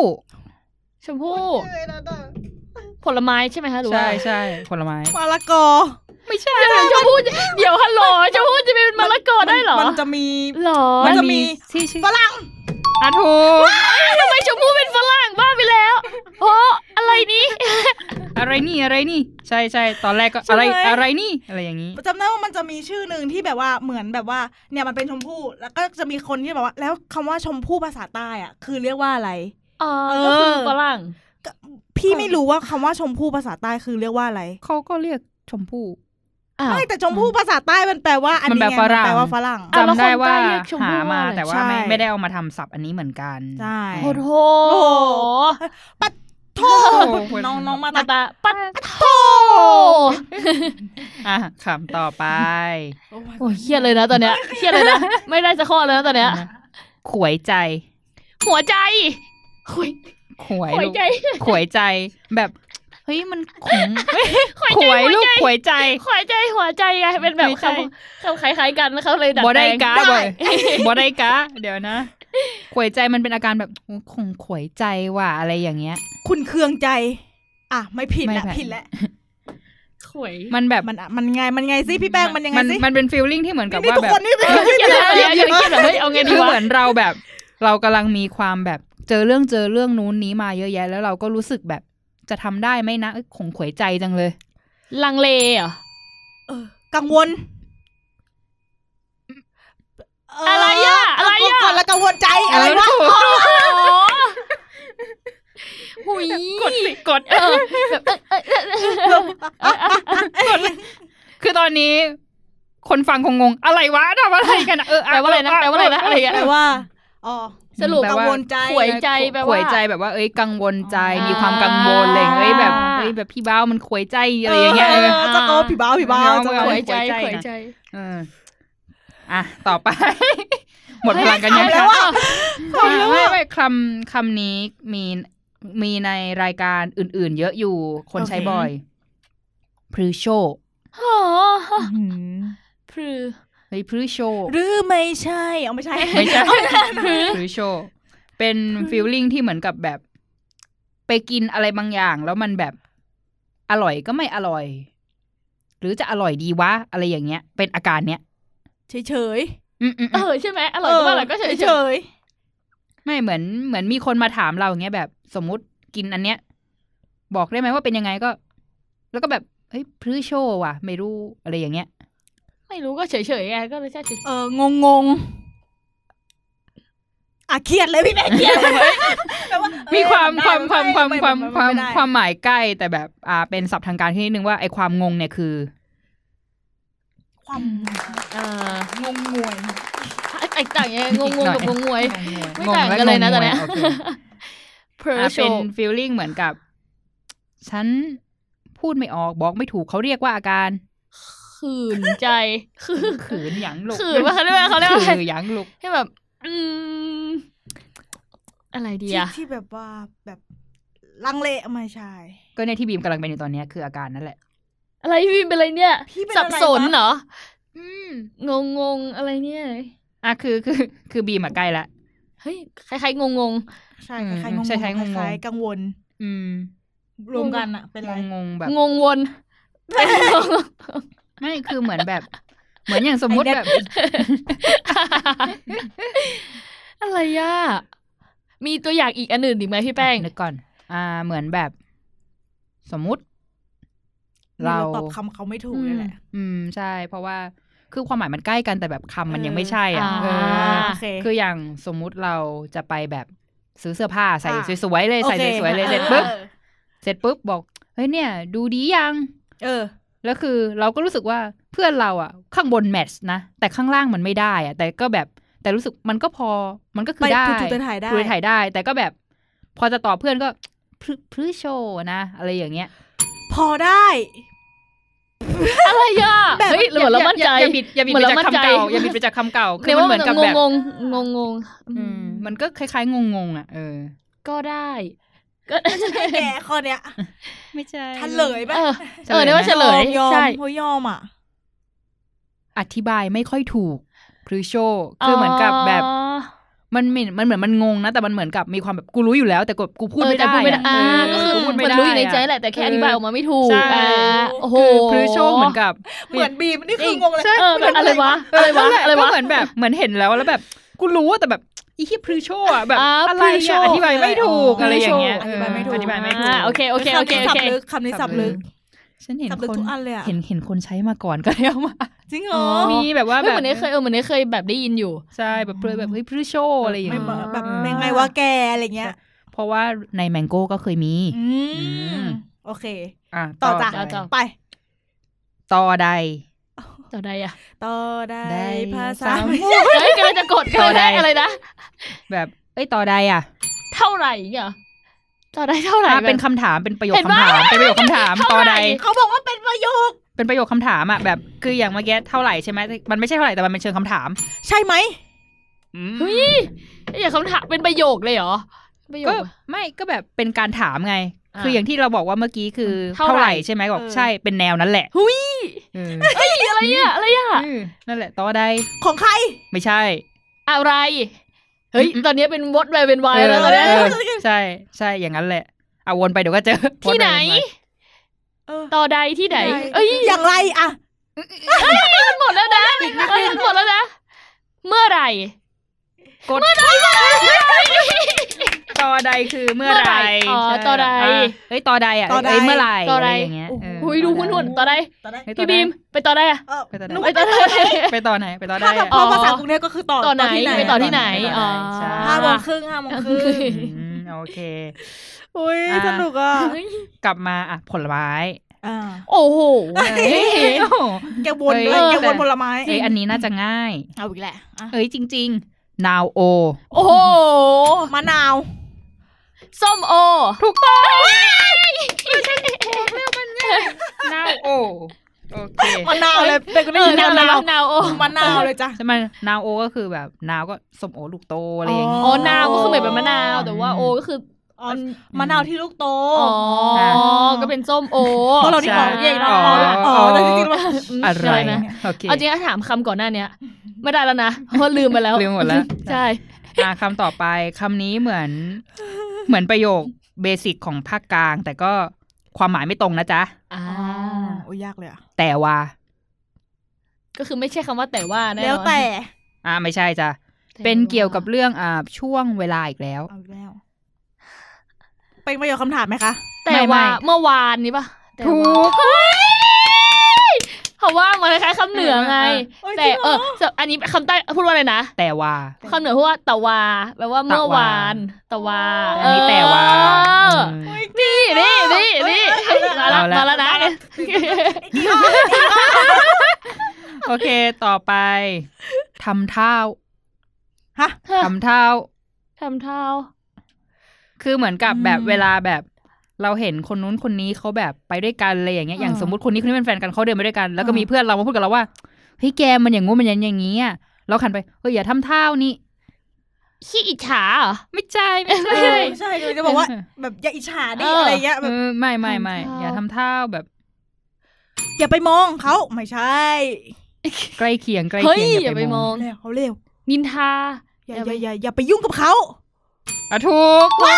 Speaker 6: ชมพู่ผลไม้ใช่ไหมคะหรือว่า
Speaker 5: ใช่ใช่ผลไม้
Speaker 3: มะละกอ
Speaker 6: ไม่ใช่ชมพู่เดี๋ยวฮัลโหลชมพู่จะเป็นมะละกอได้เหรอ
Speaker 3: มันจะมี
Speaker 6: หรอ
Speaker 3: มันจะมี
Speaker 5: ที่ชื่อ
Speaker 3: ฝรั่ง
Speaker 5: อ่ะถูก
Speaker 6: ทำไมชมพู่เป็นฝรั่งบ้าไปแล้วโอ้อะไรนี้
Speaker 5: อะไรนี่อะไรนี่ ใช่ใช่ตอนแรกก็อะไรอะไรนี่อะไรอย่างนี้
Speaker 3: จำได้ว่ามันจะมีชื่อหนึ่งที่แบบว่าเหมือนแบบว่า เนี่ยมันเป็นชมพู่แล้วก็จะมีคนที่แบบว่า แล้วคำว่าชมพู่ภาษาใต้อ่ะ คือเรียกว่าอะไร
Speaker 6: อ๋อก็คือฝรั่ง
Speaker 3: ก็พี่ไม่รู้ว่าคำว่าชมพู่ภาษาใต้คือเรียกว่าอะไร
Speaker 5: เขาก็เรียกชมพู่
Speaker 3: ไม่แต่ชมพู่ภาษาใต้มันแปลว่าอันนี้
Speaker 5: มัน
Speaker 3: ไง
Speaker 5: แปลฝ
Speaker 3: มั
Speaker 5: รั่ง
Speaker 3: นแปลว่าฝรั่ง
Speaker 6: อ่ะแล้ว
Speaker 5: จำได้ว่า
Speaker 6: คนใต้เรียกชม
Speaker 5: หา
Speaker 6: พู่
Speaker 5: มา
Speaker 6: ว่าอะไร
Speaker 5: แต่ว่าไม่
Speaker 3: ใช่
Speaker 5: ไม่ได้เอามาทำศัพท์อันนี้เหมือนกัน
Speaker 3: ใช่
Speaker 6: โอ้โห
Speaker 3: โทน้องน้องมา
Speaker 6: มา
Speaker 3: ตา
Speaker 6: ตาปัดโถ
Speaker 5: อ่ะคำต่อไป
Speaker 6: โอ้ยเครียดเลยนะตอนเนี้ยเครียดเลยนะไม่ได้สักข้อเลยนะตอนเนี้ย
Speaker 5: ขวยใจ
Speaker 6: หัวใจหุย
Speaker 5: ขวย
Speaker 6: หัว
Speaker 5: ลูก
Speaker 6: ใจ
Speaker 5: ขวยใจแบบเฮ้ยมันขมข
Speaker 6: หัว
Speaker 5: วย
Speaker 6: ใจ
Speaker 5: ลูกขวยใจ
Speaker 6: หัวใจหัวใจไงเป็นแบบ
Speaker 5: ไม่ใช่
Speaker 6: คำคำคล้ายๆกันแล้วเขาเลยดัด
Speaker 5: บ่
Speaker 6: แปล
Speaker 5: ได้
Speaker 6: ง
Speaker 5: กะบ่ บ่ได้กะเดี๋ยวนะ ขวยใจมันเป็นอาการแบบโอ้คงขวยใจว่ะอะไรอย่างเงี้ย
Speaker 3: คุณเคืองใจ อ่ะ ไม่ผิด
Speaker 5: ไม่
Speaker 3: ละ
Speaker 5: ผิด
Speaker 3: ผิดละ
Speaker 6: หวย
Speaker 5: มันแบบ
Speaker 3: มันอ่ะมันไงมันไงสิพี่แป้งมันยังไง
Speaker 5: มัน
Speaker 3: สิ
Speaker 5: มันเป็นฟีลลิ่งที่เหมือนกับ
Speaker 3: นี่
Speaker 5: ว่า
Speaker 3: ทุก
Speaker 5: แบบ
Speaker 3: คนนี่เป็น
Speaker 6: เครียดแล้วเนี่ยเครียดแล้วเฮ้ยเอาไงดี
Speaker 5: คือ
Speaker 6: วะ
Speaker 5: เหมือนเราแบบ เรากำลังมีความแบบเจอเรื่องเจอเรื่องนู้นนี้มาเยอะแยะ แล้วเราก็รู้สึกแบบจะทำได้ไหมนะเอ้ยคงขวยใจจังเลย
Speaker 6: ลังเลเหรอ
Speaker 3: เออกังวลเ
Speaker 6: อะไรอะอะไร
Speaker 3: กังวล
Speaker 6: อะ
Speaker 3: ก่อนแล้วกังวลใจอะไรวะ
Speaker 6: หุย
Speaker 5: กดสิกด
Speaker 6: เออแบบเออเออเออ
Speaker 3: อ่ะอ่ะ
Speaker 5: คือตอนนี้ คนฟังคงงง อะไรวะทำอะไรกันอะเออ
Speaker 6: แปลว่าอะไรนะแปลว่าอะไรนะอะไรอย่างเงี้ย
Speaker 3: แปลว่าอ๋อ
Speaker 6: สรุป
Speaker 3: กังวลใจ
Speaker 6: หวยใจแปลว่า
Speaker 5: หวยใจแบบว่าเอ้ยกังวลใจ
Speaker 6: อ่ามี
Speaker 5: มีความกังวลอะไรอย่างเงี้ยเอ้ยแบบเอ้ยแบบพี่บ้าวมันหวยใจอะไรอย่างเงี้ยเออ
Speaker 6: อ
Speaker 3: จะโกผีบ้าผีบ้า
Speaker 5: จะ
Speaker 3: จะ
Speaker 5: โก
Speaker 3: โก
Speaker 5: ห
Speaker 6: หวยใจ
Speaker 5: หวยใจ
Speaker 6: หวย
Speaker 5: นะ
Speaker 6: ใจ
Speaker 5: เอออ่ะต่อไป หมดพลังกันยัง
Speaker 6: เฮ้ยขำแล้ว
Speaker 5: คะ
Speaker 6: อะ
Speaker 5: ไม่ไม่ไม่คำคำนี้มีมีในรายการอื่น ๆ เยอะอยู่คนใช้บ่อยพรือโช
Speaker 6: โอ้โหพรือ
Speaker 5: เฮ้ยพรือโช
Speaker 3: หรือไม่ใช่เอาไม่ใช่
Speaker 5: ไม่ใช่
Speaker 6: พรือ
Speaker 5: หรือโชว์เป็นฟิลลิ่งที่เหมือนกับแบบ ไปกินอะไรบางอย่าง แล้วมันแบบอร่อยก็ไม่อร่อย หรือจะอร่อยดีวะ อะไรอย่างเงี้ย เป็นอาการเนี้ย
Speaker 3: เฉยเฉย
Speaker 5: อืมอืม
Speaker 6: เออใช่ไหมอร่อยก็ว่าอร่อยก็เฉยเฉย
Speaker 3: ย
Speaker 5: ไม่เหมือนเหมือนมีคนมาถามเราอย่างเงี้ยแบบ สมมุติกินอันเนี้ย บอกได้ไหมว่าเป็นยังไงก็ แล้วก็แบบเฮ้ยพรือโชว์ว่ะ ไม่รู้อะไรอย่างเงี้ย
Speaker 6: ไม่รู้ก็เฉยเฉยๆไงก็เลยใช่เฉย
Speaker 3: เอองงงงอ่ะเครียดเลยพี่แม่เครียดแปลว่าเอ้ย
Speaker 5: มีความ
Speaker 3: นได้
Speaker 5: ความความ
Speaker 3: น
Speaker 5: ค
Speaker 3: ได้
Speaker 5: วามความ
Speaker 3: น
Speaker 5: ความ
Speaker 3: ได้
Speaker 5: ความหมายใกล้แต่แบบ อ่า เป็นศัพท์ทางการที่นิดนึงว่าไอความงงเนี่ยคือ
Speaker 3: ความ
Speaker 6: ๆเออง
Speaker 3: งงวย
Speaker 6: ไอ้ต่างยังไงงงๆกับงงงวย ไม่
Speaker 5: ง
Speaker 6: ต่าง
Speaker 5: แ
Speaker 6: กันเลยนะ
Speaker 5: งง
Speaker 6: ตอนเนี้ย
Speaker 5: โเค
Speaker 6: พรือ
Speaker 5: อ่ะ
Speaker 6: โช
Speaker 5: เป็น
Speaker 6: ว์
Speaker 5: ฟีลลิ่งเหมือนกับ ฉันพูดไม่ออกบอกไม่ถูกเขาเรียกว่าอา การ
Speaker 6: ขืนใจ คือ
Speaker 5: ขืนหยังลุก
Speaker 6: ขืนว่าเขาเรียกว่าเขาเรียกว่า
Speaker 5: ขืนหยังลุก
Speaker 6: ให้แบบ อืม อะไรดี
Speaker 3: ที่
Speaker 6: อะ
Speaker 3: ที่แบบว่าแบบลังเลไม่ใช่
Speaker 5: ก็เนี่ยที่บีมกำลังเป็นอยู่ตอนเนี้ยคืออาการนั่นแหละ
Speaker 6: อะไรพี่เป็นอะไรเนี่ย
Speaker 3: พี่เป็น
Speaker 6: สั
Speaker 3: อะไรวะ
Speaker 6: สนเหรอ อืม งงงงๆอะไรเนี่ย
Speaker 5: อ่ะคือคือคือบีมอะใกล้ละ
Speaker 6: เฮ้ยคล้ายๆงงง
Speaker 3: ใช่
Speaker 5: อืม
Speaker 3: คล้ายๆงงๆ
Speaker 5: ใช่ใช่งงๆ
Speaker 3: คล้ายๆกังวล
Speaker 5: อืม
Speaker 3: รวมกันอะเป็น
Speaker 5: ง
Speaker 3: ไรง
Speaker 5: งๆแบบ
Speaker 6: ๆงงวน
Speaker 5: ไม่คือเหมือนแบบ เหมือนอย่างสมมุติแบบ
Speaker 6: อะไรอะมีตัวอย่างอีกอันอื่นอีกไหมพี่แป้ง
Speaker 5: นึกก่อน อ่า เหมือนแบบ สมมุติ เรา
Speaker 3: เราตอบคำเขาไม่ถูกเลยแหละ
Speaker 5: อืมใช่ เพราะว่าคือความหมายมันใกล้กันแต่แบบคำมันยังไม่ใช่อ่ะ
Speaker 6: เออ
Speaker 5: เออ
Speaker 6: า
Speaker 3: โอเค
Speaker 5: คืออย่างสมมุติเราจะไปแบบซื้อเสื้อผ้าใส่
Speaker 3: อ่ะ
Speaker 5: สวยๆเลยใส่
Speaker 3: โอเค
Speaker 5: สวยๆเลย
Speaker 3: อ่ะ
Speaker 5: เสร็จปุ๊บเสร็จปุ๊บบอกเฮ้ยเนี่ย ดูดียัง
Speaker 3: เออ
Speaker 5: แล้วคือเราก็รู้สึกว่าเพื่อนเราอ่ะ ข้างบนแมทช์นะแต่ข้างล่างมันไม่ได้อ่ะแต่ก็แบบแต่รู้สึกมันก็พอมันก็คือ
Speaker 3: ไป
Speaker 5: ได้
Speaker 3: ถูกๆถ่ายๆได้
Speaker 5: ถูกๆถ่ายๆได้ แต่ก็แบบ พอจะตอบเพื่อนก็พรึพรึโชว์นะอะไรอย่างเงี้ย
Speaker 3: พอได้
Speaker 6: อะไรอะ
Speaker 3: แบบ
Speaker 6: เฮ้ยเหมือนเรามั่นใจ
Speaker 5: อย่าบิดอย่าบิด
Speaker 6: เหมือน
Speaker 5: ไปจา
Speaker 6: เรา
Speaker 5: ก
Speaker 6: มั่น
Speaker 5: คำ
Speaker 6: ใจ
Speaker 5: เก่าอย่าบิดไปจากคำเก่าคื
Speaker 6: เดี๋ย
Speaker 5: อ
Speaker 6: ว
Speaker 5: มัน
Speaker 6: ว่า
Speaker 5: เหมือนกับแบบ
Speaker 6: งงๆงงงๆ
Speaker 5: อื
Speaker 6: อื
Speaker 5: ม
Speaker 6: ม
Speaker 5: มันก็คล้ายๆงงๆอ่ะเออ
Speaker 6: ก็ได้
Speaker 3: แกข้อเนี้ย
Speaker 5: ไม่ใช่
Speaker 3: ทันเลยปะ
Speaker 6: เออ
Speaker 5: เฉลยไหม
Speaker 6: เออเดี๋ยวว่าเฉลย
Speaker 3: ยอม
Speaker 6: ใช่
Speaker 3: โหยอมอ่ะ
Speaker 5: อธิบายไม่ค่อยถูกพรือโชว์คือเหมือนกับแบบมันเหมือนมันเหมือนมันงงนะ แต่มันเหมือนกับมีความแบบกูรู้อยู่แล้ว แต่กูพูดไม่ได้
Speaker 6: เออแต่พูดไม่ได้
Speaker 5: อะ
Speaker 6: อ่า
Speaker 5: เ
Speaker 6: ก็คือ
Speaker 5: กูพูดไม่
Speaker 6: มัน
Speaker 5: ได้
Speaker 6: รู้อยู่ในใจ
Speaker 5: อะ
Speaker 6: แหละแต่แค่อธิบายออกมาไม่ถูก
Speaker 5: ใช่
Speaker 6: อ่าโอ้โห
Speaker 5: คือพรือโชว์เหมือนกับ
Speaker 3: เหมือนบีมนี่คืองงเลย
Speaker 6: เออแบบอะไรวะอะไรวะ
Speaker 5: นั่นแหล
Speaker 6: อะไรวะ
Speaker 5: ก็เหมือนแบบเหมือนเห็นแล้วแล้วแบบกูรู้อะแต่แบบอีที่พรือโชว์อะแบบ
Speaker 6: อ่า
Speaker 5: อะไร
Speaker 6: พรือโช
Speaker 5: อะ
Speaker 6: ว์
Speaker 5: อธิบายไม่ถูก
Speaker 6: พรืออ
Speaker 5: อะไรอย่างเงี้ย
Speaker 3: อธิบายไม่ถูก
Speaker 5: เอออธิบายไม่ถูก
Speaker 6: อ่าโอเค โอเค
Speaker 3: สับ
Speaker 6: โอเค
Speaker 3: ลึกคำนี้สับลึก
Speaker 5: ฉันเห็น
Speaker 3: สับ
Speaker 5: ค
Speaker 3: ลึก
Speaker 5: น
Speaker 3: ทุกอันเลยอ่ะ
Speaker 5: เห็นเห็นคนใช้มาก่อนก็แล้วมา
Speaker 3: จริงเหรอ
Speaker 6: อ๋อ
Speaker 5: มีแบบว่า
Speaker 6: เฮ้ย
Speaker 5: แบบ
Speaker 6: เหมือนได้เคยเออเหมือนได้เคยแบบได้ยินอยู่
Speaker 5: ใช่แบบเพลอแบบเฮ้ยพรือโชว์อะไรอย่าง
Speaker 3: ไม่
Speaker 5: เงี้ย
Speaker 3: เหมือนแบบ
Speaker 5: เออ
Speaker 3: ไม่ไงว่าแกอะไรเงี้ย
Speaker 5: เพราะว่าในแมงโก้ก็เคยมี
Speaker 3: อืม
Speaker 5: ม
Speaker 3: โอเค
Speaker 5: อ่ะ
Speaker 3: ต่อจ้ะ
Speaker 5: ไป
Speaker 6: ต่อ
Speaker 3: ไป
Speaker 5: ต่อใด
Speaker 6: ต่อใดอะ
Speaker 3: ต่อได้
Speaker 5: ได้
Speaker 3: ภาษา
Speaker 5: สาม
Speaker 3: ไม่ใช่
Speaker 6: เฮ้ยกำลังจะกด
Speaker 5: ต่อ
Speaker 6: กำลัง
Speaker 5: ใด
Speaker 6: ได้อะไรนะ
Speaker 5: แบบเอ้ยต่อใดอ่ะ
Speaker 6: เท่าไหร่อย่างเงี้ยเหรอต่อใดเท่าไหร่
Speaker 5: อ่ะเป็น
Speaker 6: แบบ
Speaker 5: คำถามเป็นประโยค
Speaker 6: เห็น
Speaker 5: คำ
Speaker 6: ปะ
Speaker 5: ถามเป็นประโยคคำถาม
Speaker 6: เท่าไห
Speaker 5: ต่
Speaker 6: ร่
Speaker 5: อใด
Speaker 3: เขาบอกว่าเป็นประโยค
Speaker 5: เป็นประโยคคำถามอ่ะแบบคืออย่างเมื่อกี้เท่าไหร่ใช่ไหมมันไม่ใช่เท่าไหร่แต่มันเป็นเชิงคำถาม
Speaker 3: ใช่ไหม
Speaker 5: อืม
Speaker 6: เฮ้ยอย่างคำถามเป็นประโยคเลยเหรอประโย
Speaker 5: ก็
Speaker 6: คอะ
Speaker 5: ไม่ก็แบบเป็นการถามไง
Speaker 6: อ่ะ
Speaker 5: คืออย่างที่เราบอกว่าเมื่อกี้คือ
Speaker 6: เท่า
Speaker 5: เท่า
Speaker 6: ไหร่
Speaker 5: ไหร่ใช่ไหมบอก
Speaker 3: เออ
Speaker 5: ใช่เป็นแนวนั้นแหละ
Speaker 6: หุ้ย
Speaker 5: เออ
Speaker 6: อะไรอะอะไรอะ
Speaker 5: เออนั่นแหละต่อใด
Speaker 3: ของใคร
Speaker 5: ไม่ใช่
Speaker 6: อะไร เฮ้ย ตอนเนี้ยเป็นวอดไปเป็นวายแล้วตอนเนี้ย
Speaker 5: เออใช่ใช่อย่างนั้นแหละเอาวนไปเดี๋ยวก็เจอ
Speaker 6: ที่ไหน
Speaker 3: เออ
Speaker 6: ต่อใดที่ไหน เอ้ย
Speaker 3: อย่างไรอ่ะ
Speaker 6: มันหมดแล้วนะเอ้ยมันหมดแล้วนะ เมื่อไหร่
Speaker 5: กดต่อใดคือเมื่อ
Speaker 6: เมื่อ
Speaker 5: ไห
Speaker 6: ไหร่
Speaker 5: ร่
Speaker 6: อ๋อ
Speaker 5: ใช่
Speaker 6: ต่อใด
Speaker 5: ะเฮ้ยต่อใดอ่ะ
Speaker 3: ต่อใด
Speaker 5: เอ้ยเมื่อไหร่
Speaker 6: ต่อใด
Speaker 5: ะรย่างเงี้ยเออ
Speaker 6: หุยดูหุ่นหุ่นต่อใด
Speaker 3: ต่อได้
Speaker 5: เฮ้ยต่อ
Speaker 6: พี่
Speaker 5: ใด
Speaker 6: บีมไปต่อใดอะ
Speaker 3: เออ
Speaker 5: ไปต่อ
Speaker 3: ห
Speaker 5: ได้
Speaker 3: นู
Speaker 6: ไป
Speaker 3: ไป
Speaker 6: ต่
Speaker 3: ต่
Speaker 6: อ
Speaker 3: อ
Speaker 6: ได้
Speaker 3: ได้
Speaker 5: ไปต่อไหนไปต่อใด
Speaker 3: ถ้าแบบพ
Speaker 5: อ่ะ
Speaker 3: อภาษากรุงเทพก็คือต่อ
Speaker 6: ต่อไหนไปต่อที่ไหนอ๋อ
Speaker 5: ใช่
Speaker 3: ห้าโมงครึ่งห้าโมงครึ่ง
Speaker 5: อืมโอเค
Speaker 3: อุ้ย
Speaker 5: อ่ะ
Speaker 3: สนุกอ่ะ
Speaker 6: เฮ้ย
Speaker 5: กลับมาอ่ะผลไม้
Speaker 3: อ่า
Speaker 6: โอ้โห
Speaker 5: เอ้ย
Speaker 3: แกวนด้วย
Speaker 6: เออ
Speaker 3: แกวนผลไม้
Speaker 5: เอ้ยอันนี้น่าจะง่าย
Speaker 3: เอาอีกแหละอ่ะ
Speaker 5: เอ้ยจริงๆ นาวโอ
Speaker 6: โอ้โห
Speaker 3: มะนาว
Speaker 6: ส้มโอ
Speaker 5: ถูกต้องนาวโอ โอเค
Speaker 3: มะนาวเลยเป็นคนได้ยิน
Speaker 6: เออน
Speaker 3: าว
Speaker 6: นา
Speaker 3: นา
Speaker 6: ว
Speaker 3: วน
Speaker 6: นาวโอ้
Speaker 3: มะนาวเลยจ้ะ
Speaker 5: ใช่ไหมนาวโอก็คือแบบนาวก็สมโอลูกโตอะไรอย่างงี้
Speaker 6: อ๋อนาวก็คือเหมือนเป็นมะนาว แต่ว่าโอก็คือ
Speaker 3: อ๋อ
Speaker 6: มัน
Speaker 3: มะนาวที่ลูกโต
Speaker 6: อ๋อ
Speaker 5: อ๋อ
Speaker 6: ก็เป็นส้มโอ
Speaker 3: พวกเราที่ออก
Speaker 6: ใช่
Speaker 3: เย่เนาะ
Speaker 5: อ๋ออ๋
Speaker 3: อ๋
Speaker 5: อ
Speaker 3: อแต่จริงๆมัน
Speaker 6: ม
Speaker 5: อะไร
Speaker 6: นะ
Speaker 5: โอเค
Speaker 6: เอาจริงๆถามคำก่อนหน้าเนี้ยไม่ได้แล้วนะเพราะว่าลืมไปแล้ว
Speaker 5: ลืมหมดแล้ว
Speaker 6: ใช่
Speaker 5: อ่ะคำต่อไปคำนี้เหมือน เหมือนประโยคเบสิกของภาคกลาง แต่ก็ความหมายไม่ตรงนะจ๊ะ
Speaker 6: อ่า
Speaker 3: โอ้ยยากเลยอะ
Speaker 5: แต่ว่า
Speaker 6: ก็คือไม่ใช่คำว่าแต่ว่าแน่นอน
Speaker 3: แล้วแต่
Speaker 5: อ่าไม่ใช่จ้ะ
Speaker 6: แต่ว่า
Speaker 5: เป็นเกี่ยวกับเรื่องอ่าช่วงเวลาอีกแล้ว
Speaker 3: เอาอีกแล้ว เป็นประโยคคำถามไหมคะ
Speaker 6: แต่
Speaker 5: ไม่
Speaker 6: ว่า
Speaker 5: ไม่
Speaker 6: เมื่อวานนี้ปะแต่ว่า
Speaker 5: ถูก
Speaker 6: เขาว่ามันคล้ายๆคำเหนือไง
Speaker 3: เออเออเออจ
Speaker 6: แต่
Speaker 3: ริงเหรอ
Speaker 6: เออสำอันนี้คำใต้พูดว่าอะไรนะ
Speaker 5: แต่ว่า
Speaker 6: คำเหนือพูดว่าตะวาแปลว่าเมื่อวานตะวา
Speaker 5: อันนี้แต่ว่า
Speaker 6: เออ
Speaker 5: อืม
Speaker 6: นี่นี่นี่นี่มาแล้วมาแล้วนะ
Speaker 5: โอเคต่อไปทำเท่า
Speaker 3: ฮะ
Speaker 5: ทำเท่า
Speaker 6: ทำเท้า
Speaker 5: คือเหมือนกับ
Speaker 3: อืม
Speaker 5: แบบเวลาแบบเราเห็นคนนู้นคนนี้เขาแบบไปด้วยกันอะไรอย่างเงี้ยอย่าง
Speaker 3: อ่า
Speaker 5: สมมติคนนี้คนนี้เป็นแฟนกันเขาเดินไปด้วยกัน แล้วก็
Speaker 3: อ่ามี
Speaker 5: มีเพื่อนเรามาพูดกับเราว่าเฮ้ยแกมันอย่างงู้นมันอย่างอย่างงี้อ่ะเราขันไปเฮ้ยอย่าทำเท่านี่
Speaker 6: ขี้อิจฉาเหรอ
Speaker 5: ไม่ใช่ไม่
Speaker 3: เอ
Speaker 5: ใช่
Speaker 3: อใช่เลยจะบอกว่า แบบอย่าอิจฉาดิ
Speaker 6: เอออ
Speaker 3: อะไรเงี้ยแบ
Speaker 5: เอบ อไม่ไม่ไม่
Speaker 6: ทำ
Speaker 5: อ
Speaker 6: เท่า
Speaker 5: ย่าทำเท่าแบบ
Speaker 3: อย่าไปมองเขาไม่ใช่
Speaker 5: ใกล้เคียงใกล้
Speaker 6: เฮ้ย
Speaker 5: เคียง
Speaker 6: อย่าไปมอง
Speaker 3: เร็วเขาเร็ว
Speaker 6: นินทา
Speaker 3: อย่าอย่าอย่าอย่าไปยุ่งกับเขา
Speaker 5: อ่ะถูก
Speaker 6: เอ้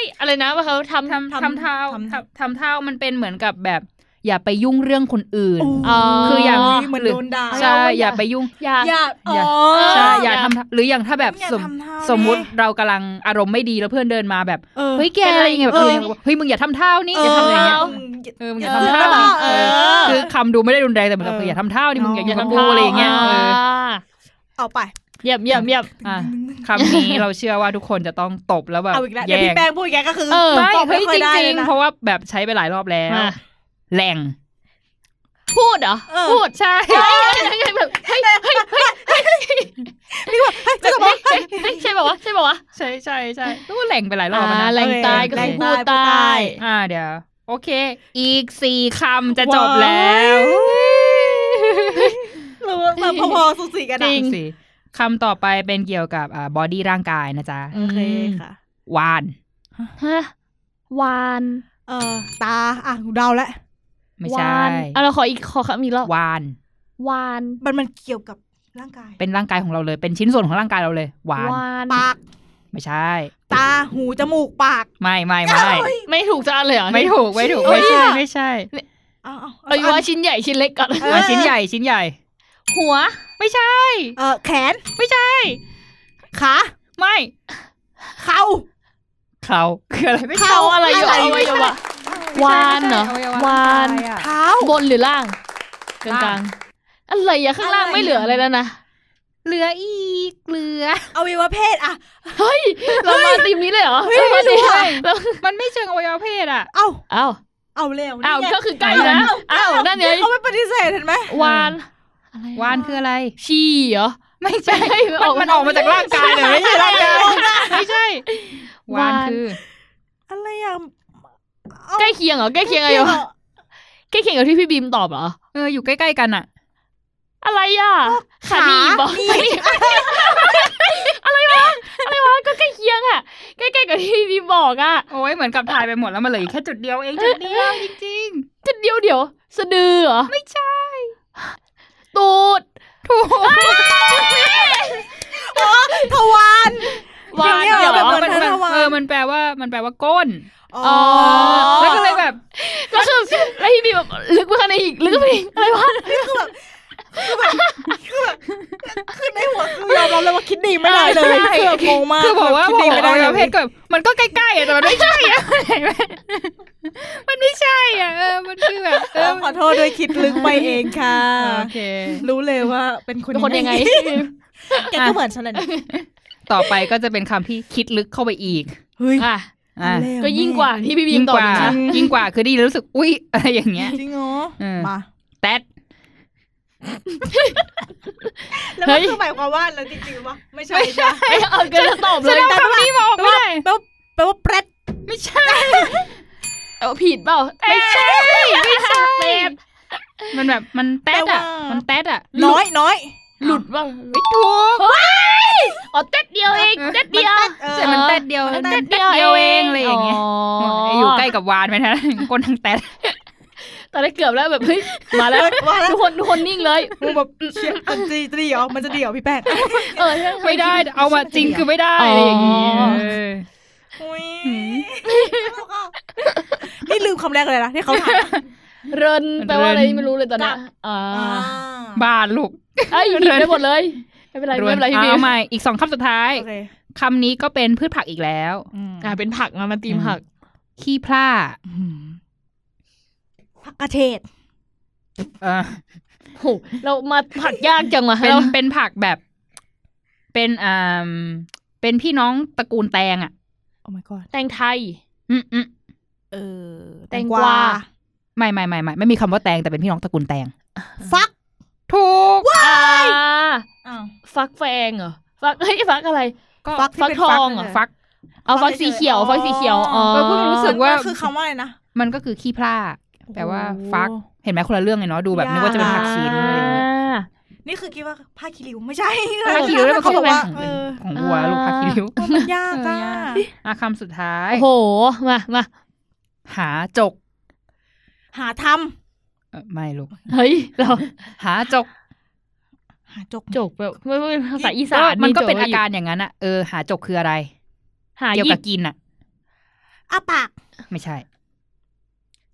Speaker 6: ยอะไรนะว่าเขาทำ
Speaker 5: ทำ
Speaker 3: ทำ
Speaker 5: ทำเท่า
Speaker 3: ทำ
Speaker 5: ทำทำเท่ามันเป็นเหมือนกับแบบ อย่าไปยุ่งเรื่องคนอื่น
Speaker 6: อ๋อ
Speaker 5: คืออย่าง
Speaker 3: เหมือนโดนด่า
Speaker 5: ใช่อย่าไปยุ่ง
Speaker 6: อย่า
Speaker 3: อย่าอ๋อ
Speaker 5: ใช่อย่
Speaker 6: อา
Speaker 5: ย่าทำหรืออย่างถ้าแบบ
Speaker 3: อย่า
Speaker 5: สม
Speaker 3: ทำท่า
Speaker 5: สมมุติ
Speaker 3: แม่
Speaker 5: เรากำลังอารมณ์ไม่ดีแล้วเพื่อนเดินมาแบบ
Speaker 3: เออ
Speaker 5: เฮ้ยแก
Speaker 6: เป็น
Speaker 5: อะ
Speaker 6: อะไรไร
Speaker 5: เงี้ยแบบ
Speaker 3: เออ
Speaker 5: เออยังบอกเฮ้ยมึงอย่าทำเท่านี่อย่าทำอะไรเงี้ยเออมึงอย่าทำ
Speaker 3: เออ
Speaker 5: เท่านี่
Speaker 3: เอ
Speaker 5: เอ
Speaker 3: อ
Speaker 5: อคือคำดูไม่ได้รุนแรงแต่เหมือนกับ
Speaker 3: เออ
Speaker 5: เอออย่าทำเท่านี่มึงอย่า
Speaker 3: เอออ
Speaker 5: ยุ่งกับกูอะไรอย่างเงี้ยเออ
Speaker 3: เอาไป
Speaker 6: เยี่ยมเยี่ยมเยี่ยม
Speaker 5: อ่ะคำนี้เราเชื่อว่าทุกคนจะต้องตบแล้วแบบ
Speaker 3: เอาอีกแล้วเดี๋ยว
Speaker 5: แย่
Speaker 3: พี่
Speaker 5: ง
Speaker 3: แป้งพูดแกก็คือ
Speaker 6: เออ
Speaker 3: ตอบ
Speaker 5: ไม่
Speaker 3: ไม่
Speaker 5: เฮ้ย
Speaker 3: ค่อ
Speaker 5: จ
Speaker 3: ยได้
Speaker 5: ริ
Speaker 3: เล
Speaker 5: ง
Speaker 3: ย
Speaker 5: ๆ
Speaker 3: นะ
Speaker 5: เพราะว่าแบบใช้ไปหลายรอบแล้ว
Speaker 6: มา
Speaker 5: แรง
Speaker 6: พูดเหรอ
Speaker 3: เออ
Speaker 6: พูด
Speaker 5: ใช่
Speaker 6: แบบเฮ้ย
Speaker 3: จะบอกว่า
Speaker 6: เฮ้ยเฮ้ยใช่ป่าวะใช่ป่าวะ
Speaker 5: ใช่ใช่ใช่รู้ว่าแรงไปหลายรอบ
Speaker 6: อ่า
Speaker 5: อะนะ
Speaker 6: แหล่งใตายก็คือพูดใตาย
Speaker 5: อ่าเดี๋ยว โอเค อีกสี่คำจะจบแล้ว
Speaker 3: รู้แบบพอๆสุสีกันอะ
Speaker 5: จริงสิคำต่อไปเป็นเกี่ยวกับอ่าบอดี้ร่างกายนะจ๊ะ
Speaker 3: โอเคค่ะ
Speaker 5: วาน
Speaker 6: ฮะวาน
Speaker 3: เออตาอ่ะหนูเดาแล้ว
Speaker 5: ไม่
Speaker 6: วา
Speaker 5: ใช่
Speaker 6: นเอาเราขออีกขอคำอีกรอบ
Speaker 5: วาน
Speaker 6: วาน
Speaker 3: มันมันเกี่ยวกับร่างกาย
Speaker 5: เป็นร่างกายของเราเลย เป็นชิ้นส่วนของร่างกายเราเลย วาน
Speaker 6: วาน
Speaker 3: ปาก
Speaker 5: ไม่ใช่
Speaker 3: ตาหูจมูกปาก
Speaker 5: ไม่ไม่ไม่
Speaker 3: เอ้ย
Speaker 6: ไม่ถูกจะเลยเหรอ
Speaker 5: ไม่ถูกไม่ถูก
Speaker 6: เชี่
Speaker 5: ไม่
Speaker 6: ย
Speaker 5: ใช่ไม่ใช่
Speaker 3: เอาเอา
Speaker 6: เอาอยู่ว่าชิ้นใหญ่ชิ้นเล็กก่อน
Speaker 5: อ่ะชิ้นใหญ่ชิ้นใหญ่
Speaker 6: หัว
Speaker 5: ไม่ใช่
Speaker 3: เออแขน
Speaker 5: ไม่ใช่
Speaker 3: ขา
Speaker 5: ไม่
Speaker 3: เข่า
Speaker 5: เขาคืออะไรไม่ใช่
Speaker 6: เขาอะไรอยู่
Speaker 3: อะไร
Speaker 6: อวัยวะวานเหรอ
Speaker 5: ไม่ใช่
Speaker 6: วาน
Speaker 3: เท้า
Speaker 6: บนหรือล่างกลางๆอะไรอะข้างล่าง
Speaker 3: อะไร
Speaker 6: ไม่เหลืออะไรแล้วนะ
Speaker 5: เหลืออีกเหลือ
Speaker 3: อวัยวะเพศอะ
Speaker 6: เฮ้ยเรามาตีมนี้เลยเหรอ
Speaker 3: เฮ้ยไม่รู้อะ
Speaker 6: เรา
Speaker 5: มันไม่เชิงอวัยวะเพศอ่ะ
Speaker 3: เอ้า
Speaker 6: เอ้า
Speaker 3: เอาเร็ว
Speaker 6: อ้าว
Speaker 3: นี่ไง
Speaker 6: ก็คือใกล้อยู่นะอ้าวนั่นไง
Speaker 3: เขาไม่ปฏิเสธเห็นไหม
Speaker 6: วานอะไร
Speaker 5: วานคืออะไร
Speaker 6: ชีเหรอ
Speaker 5: ไม่ใช่ มันมันออกมาจากร่างกายเลยไม่ใช่ร่างกายไม่ใช่ วานคือ
Speaker 3: อะไรอะ
Speaker 6: ใกล้เคียงเหรอใกล้เคียงอะไรวะใกล้เคียงกับที่พี่บีมตอบเหรอ
Speaker 5: เอออยู่ใกล้ๆกันอ่ะ
Speaker 6: อะไรอะขาหนีบเหรออะไรวะอะไรวะก็ใกล้เคียงอะใกล้ๆกับที่บีมบอกอะ
Speaker 5: โอ้ยเหมือนกับถ่ายไปหมดแล้วมันเหลืออีกแค่จุดเดียวเองจุดเดียวจริง
Speaker 6: จะเดียวเดียวสะดือเหรอ
Speaker 5: ๆ ไม่ใช่
Speaker 6: ตูด
Speaker 5: ถูก
Speaker 3: ทวาร
Speaker 6: วานเหร
Speaker 3: แบบ
Speaker 6: อ
Speaker 3: เหมือน
Speaker 5: มันมัน
Speaker 3: ธนวัลย์
Speaker 5: เออมันแปลว่ามันแปลว่าก้น
Speaker 3: อ๋อ
Speaker 5: แล้วก็เลยแบบ
Speaker 6: แล้วคือแล้วพี่บีแบบลึกไปข้างในอีกลึกไปอีกอะไรวะ
Speaker 3: คือในหัวคือยอมรับเลยว่าคิดดีไม่ได้เลย
Speaker 5: ใช่
Speaker 3: คือแบบงงมาก
Speaker 5: คือบอกว่า
Speaker 3: คิดดีไม่ได้
Speaker 5: บ
Speaker 3: เล
Speaker 5: อกว่าเราเพ
Speaker 3: ย
Speaker 5: ศก็แบบมันก็ใกล้ๆอะแต่มันไม่ใช่อะมันไม่ใช่อะเออมันคือแบบเอ
Speaker 3: เอ
Speaker 5: อ
Speaker 3: อขอโทษด้วยคิดลึกไปเองค่ะ
Speaker 5: โอเค
Speaker 3: รู้เลยว่าเป็นคน
Speaker 6: เป็นคนยังไง
Speaker 3: แกก็เหมือนฉันเลยนะ
Speaker 5: ต่อไปก็จะเป็นคำที่คิดลึกเข้าไปอีก
Speaker 3: เฮ้ย
Speaker 6: อ่ะ
Speaker 5: อ่ะ
Speaker 3: เร็ว
Speaker 6: ก็ยิ่งกว่าที่พี่บี
Speaker 5: ยิ่
Speaker 6: ม
Speaker 5: ง
Speaker 6: ตอก บ
Speaker 5: ว่า
Speaker 6: นะ
Speaker 5: ยิ่งกว่าคือไดีรู้สึกอุ้ยอะไรอย่างเงี้ย
Speaker 3: จริงเหรอ
Speaker 5: เออ
Speaker 3: มา
Speaker 5: แตด
Speaker 3: แล้วมันคือหมายความว่าแล้วจริงๆวะไม่ใช่ใช่
Speaker 6: ไม่เอาก็จะตอบเลย
Speaker 5: คำนี้มองไม่ได้
Speaker 3: แปลว่าแปลว่าแปรด
Speaker 5: ไม่ใช่
Speaker 6: เออผิดเปล่า
Speaker 5: ไม่ใช่ไม่ใช่
Speaker 6: แตด
Speaker 5: มันแบบมันแตดอ่ะมันแตดอ่ะ
Speaker 3: น้อยน้อย
Speaker 6: หลุดบ้างไม่ถูกอ๋อเต็ดเดียวเองเต็ดเดียว
Speaker 3: เออ
Speaker 5: ใช่มันแตดเดียว
Speaker 6: ออ
Speaker 5: แตดเดียวเองอะไรอย่างเงี้ย
Speaker 6: อ๋อ
Speaker 5: ไอ้อยู่ใกล้กับวานไหมนะก้นทางแตด
Speaker 6: ตอนแรกเกือบแล้วแบบเฮ้ยมาแล้ว
Speaker 3: เลิศว่าแล้ว
Speaker 6: ทุกคนทุกคนนิ่งเลย
Speaker 3: มึงแบบเชียร์มันจะจะดีเหรอมันจะดีเหรอพี่แป้ง
Speaker 6: เออใช่ห
Speaker 5: ไม่ได้เอามาจริงคือไม่ได้อะไรอย่างงี้
Speaker 6: อ๋อ
Speaker 5: เออ
Speaker 3: อุ้ยนี่ลืมคำแรกเลยนะที่เขาถาม
Speaker 6: เรินแปลว่าอะไรไม่รู้เลยตอนนั้นอ่า
Speaker 5: บาดลูก
Speaker 6: เอ้ยผิดไปหมดเลย ไม่เป็นไรไม่เป็นไรพี่บี
Speaker 5: เอาใหม่อีกสองคำสุดท้าย
Speaker 3: โอเค
Speaker 5: คำนี้ก็เป็นพืชผักอีกแล้ว
Speaker 6: อ่าเป็นผักนะมันตีมผัก
Speaker 5: ขี้พร่า
Speaker 3: ผักกระเฉด
Speaker 5: เออ
Speaker 6: โหเรามาผักยากจังวะ
Speaker 5: เป็น
Speaker 6: เรา
Speaker 5: เป็นผักแบบ เป็นอ่าเป็นพี่น้องตระกูลแตงอ่ะ
Speaker 3: โอ้ my god
Speaker 6: แตงไทย
Speaker 5: อืมอืม
Speaker 3: เออ
Speaker 6: แตงกวา
Speaker 5: ไม่ไม่ไม่ไม่ไม่มีคำว่าแตงแต่เป็นพี่น้องตระกูลแตง
Speaker 3: ฟัก
Speaker 5: ถูก
Speaker 6: อ่า
Speaker 3: อ้าว
Speaker 6: ฟักแฟงเหรอฟักเฮ้ยฟักอะไร
Speaker 5: ก็
Speaker 6: ฟักที่เป็นฟักทองเหรอ
Speaker 5: ฟัก
Speaker 6: เอาฟักสีเขียวฟักสีเขียวอ๋อ
Speaker 5: เราเพิ่งรู้สึก ว่า
Speaker 3: มันคือคำว่าอะไรนะ
Speaker 5: มันก็คือขี้พร่าแปลว่า
Speaker 6: โอ้
Speaker 5: ฟัก เห็นไหมคนละเรื่องเลยเนาะดูแบบ
Speaker 3: ยาก
Speaker 5: นึกว่าจะเป็นผักชิ้นอะไรเงี้ย
Speaker 6: อ่า
Speaker 3: นี่คือคิดว่าผ้าคีริวไม่ใช่
Speaker 5: ผักขี้ริ้วเป็นข
Speaker 3: เขา
Speaker 5: อง
Speaker 3: บอก
Speaker 5: แม่
Speaker 3: ว่า
Speaker 5: ของ
Speaker 3: เออ
Speaker 5: ของวัว
Speaker 6: อ่า
Speaker 5: ลูกผักขี้ริ้ว
Speaker 3: ว่ามันยากอะ
Speaker 5: อ่ะคำสุดท้าย
Speaker 6: โอ้โห มามา
Speaker 5: หาจก
Speaker 3: หาท
Speaker 5: เอ่อไม่ลูก
Speaker 6: เฮ้ย เรา
Speaker 5: หาจก
Speaker 3: ำหาจก
Speaker 6: จกแบบไม่ไม่ภาษาอีสาน
Speaker 5: มันก็เป็น
Speaker 6: จ
Speaker 5: อาการอย่างนั้นอ่ะเออหาจกคืออะไร
Speaker 6: หา
Speaker 5: เกี่ยว
Speaker 6: ยิ
Speaker 5: กั
Speaker 6: บบ
Speaker 5: กินอ่ะ
Speaker 3: อ้าปาก
Speaker 5: ไม่ใช่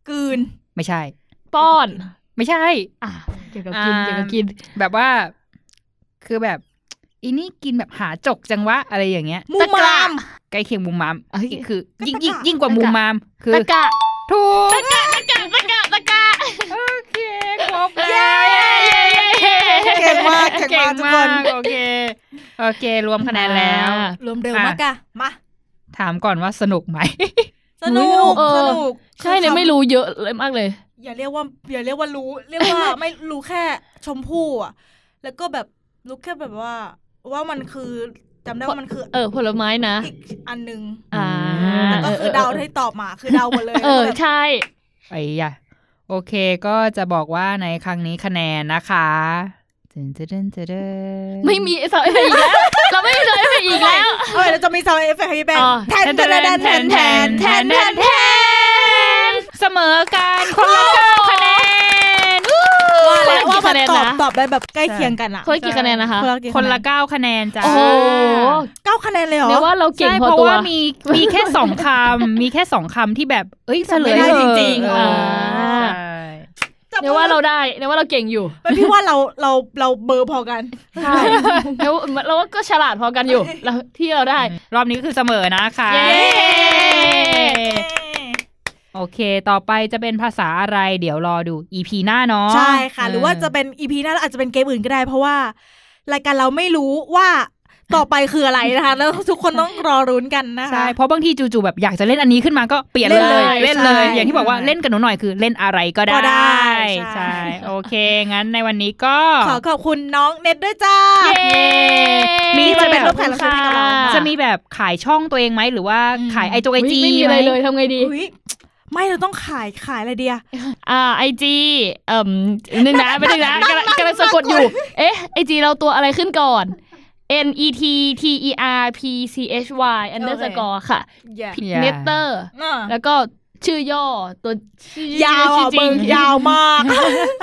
Speaker 3: กลืน
Speaker 5: ไม่ใช่
Speaker 6: ป้อน
Speaker 5: ไม่ใช่
Speaker 6: อ่ะเกี่ยวกับกิน
Speaker 5: อ่า
Speaker 6: เกี่ยวกับกิน
Speaker 5: แบบว่า คือแบบอีนี่กินแบบหาจกจังวะอะไรอย่างเงี้ย
Speaker 3: มุมมาม
Speaker 5: ใกล้เคียงมุมมาม
Speaker 6: เอ้ย
Speaker 5: อีกคือ
Speaker 3: ก็
Speaker 5: ยิ่ง
Speaker 3: ตะกะ
Speaker 5: ยิ่งยิ่งกว่ามุม
Speaker 6: ตะกะ
Speaker 5: มาม คือ
Speaker 6: ตะกะ
Speaker 5: ถูก
Speaker 6: ตะกะตะกะตะกะ
Speaker 5: โอเคครบ
Speaker 6: เย้เย้เย้เย้
Speaker 3: เก่งมากเก่ง
Speaker 5: เก่
Speaker 3: มาง กทุก
Speaker 5: มา
Speaker 3: คน
Speaker 5: กโอเค โอเค รวมคะแนนแล้ว
Speaker 6: อ่า
Speaker 3: รวมเร็วมากอะมา
Speaker 5: ถามก่อนว่าสนุกไหม
Speaker 3: สนุก
Speaker 6: เออ
Speaker 3: สนุก
Speaker 6: ใช่เลยไม่รู้เยอะเลยมากเลย
Speaker 3: อย่าเรียกว่า อย่าเรียกว่ารู้ เรียกว่าไม่รู้แค่ชมพู่อะแล้วก็แบบรู้แค่แบบว่า ว่ามันคือจำได้ว่ามันคือ
Speaker 6: เออ ผลไม้นะ
Speaker 3: อีกอันหนึง
Speaker 6: อ่า
Speaker 5: แต่
Speaker 3: ก็คือเดาที่ตอบมาคือเดาหมดเลย
Speaker 6: เออ
Speaker 3: แล้วก็แบบ
Speaker 6: ใช่
Speaker 5: ไอ้ยะโอเคก็จะบอกว่าในครั้งนี้คะแนนนะคะเดินเดินเดินเดิน
Speaker 6: ไม่มีเสาเอฟเฟกต์อีกแล้ว เราไม่มีเสาเอฟเฟกต์อีกแล้ว
Speaker 3: เออแล้วจะมีซาวเอฟเฟกต์ให้พี่แบง
Speaker 6: อ๋อ
Speaker 3: แทนแทนแทนแทนแทนแทนแทนแทน
Speaker 5: เสมอกันคนละเก้าคะแนนวู้
Speaker 3: ว่าแล้วว่ามันตอบ
Speaker 6: คะแนนนะ
Speaker 3: ตอบได้แบบใกล้เคียงกันอะ
Speaker 6: คนละกี่คะแนนนะคะ
Speaker 3: คนละกี่
Speaker 5: คนละเก้าคะแนนจ้า
Speaker 6: โอ้โห
Speaker 3: เก้าคะแนนเลยเหรอ
Speaker 6: เรียกว่าเราเก่ง
Speaker 5: ใช่
Speaker 6: พอ
Speaker 5: เพราะ
Speaker 6: ตัว
Speaker 5: ว่ามีมีแค่ สองคำ มีแค่สองคำที่แบบ เอ้ยเฉลย
Speaker 3: จำไม่ได้
Speaker 5: เถอะ
Speaker 3: จริงๆ
Speaker 5: เออ
Speaker 6: อ่า
Speaker 5: ใช่
Speaker 3: จับ
Speaker 6: เรียกว่าเราได้เรียกว่าเราเก่งอยู่
Speaker 3: ไม่พี่ว่าเราเราเราเบอร์พอกัน
Speaker 6: ใช่แล้วเราก็ฉลาดพอกันอยู่เราที่เราได้
Speaker 5: รอบนี้ก็คือเสมอนะคะ
Speaker 6: เย้
Speaker 5: โอเค ต่อไปจะเป็นภาษาอะไร เดี๋ยวรอดู EP หน้าเนาะ
Speaker 3: ใช่ค่ะ
Speaker 5: เ
Speaker 3: หรือว่าจะเป็นอีพีหน้าแล้วอาจจะเป็นเกมอื่นก็ได้ เพราะว่ารายการเราไม่รู้ว่าต่อไปคืออะไรนะคะ แล้วทุกคนต้องรอรุ้นกันนะคะ
Speaker 5: ใช่ เพราะบางทีจู่ๆแบบอยากจะเล่นอันนี้ขึ้นมาก็เปลี่ยนเลย
Speaker 3: เล่นเลย
Speaker 5: เล่นเลย
Speaker 3: ใช่
Speaker 5: อย่างที่บอกว่าเล่นกับหนูหน่อยคือเล่นอะไรก็ได้
Speaker 3: ก็ได้ใช่
Speaker 5: ใช่ โอเค งั้นในวันนี้ก็
Speaker 3: ขอขอบคุณน้องเน็ตด้วยจ้า
Speaker 5: เย้ มี
Speaker 3: ที่
Speaker 5: จะ
Speaker 3: มา
Speaker 5: แบ
Speaker 3: เป็น
Speaker 5: บ
Speaker 3: รูปแขกรับเชิญให้กับเรา
Speaker 5: จะมีแบบขายช่องตัวเองไหม หรือว่าขายไอจงไอจี
Speaker 6: ไม่มีอะไรเลยทำไงดี
Speaker 3: อุ๊ยไม่เราต้องขายขายอะไรเดีย
Speaker 6: อ่าไอจีเอ่มนึงนะไป นึงนะกำลังกำลังสะกดอยู่ เอ๊ะไอจีเราตัวอะไรขึ้นก่อน N E T T E R P C H Y underscore ค่ะ
Speaker 3: Yeah
Speaker 6: พิเนเตอร์
Speaker 3: อ่ะ
Speaker 6: แล้วก็ชื่อย่อตัวชื่อย
Speaker 3: าวอ่ะ
Speaker 6: จ
Speaker 3: เบิ
Speaker 6: ริ
Speaker 3: ง
Speaker 6: ง
Speaker 3: ยาวมาก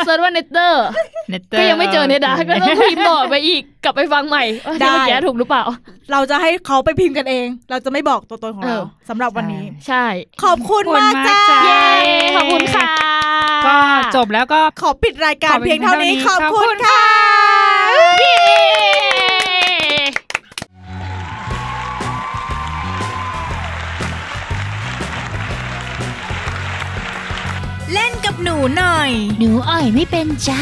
Speaker 6: เซิร์ชว่าเนเตอร์
Speaker 5: เน็ตตอร์
Speaker 6: ก็ยังไม่เจอเน ดาก็ต้องพิมพ์ต่อไปอีก กลับไปฟังใหม่ว่า
Speaker 3: ได้
Speaker 6: เมื่อกี้ถูกหรือเปล่า
Speaker 3: เราจะให้เขาไปพิมพ์กันเอง เราจะไม่บอกตัวตนของเรา
Speaker 6: เออ
Speaker 3: สำหรับวันนี้
Speaker 6: ใช่
Speaker 3: ขอบคุณมากจ้า
Speaker 5: ขอบคุณมากจ้า
Speaker 6: เย้ ขอบคุณค่ะ
Speaker 5: ก็จบแล้วก็
Speaker 3: ขอปิดรายการ
Speaker 5: ขอปิด
Speaker 3: เพียงเท่านี้
Speaker 5: เพียง
Speaker 3: ขอบ
Speaker 5: เท่านี้
Speaker 3: คุณค่ะ
Speaker 4: หนูอ่อยไม่เป็นจ้า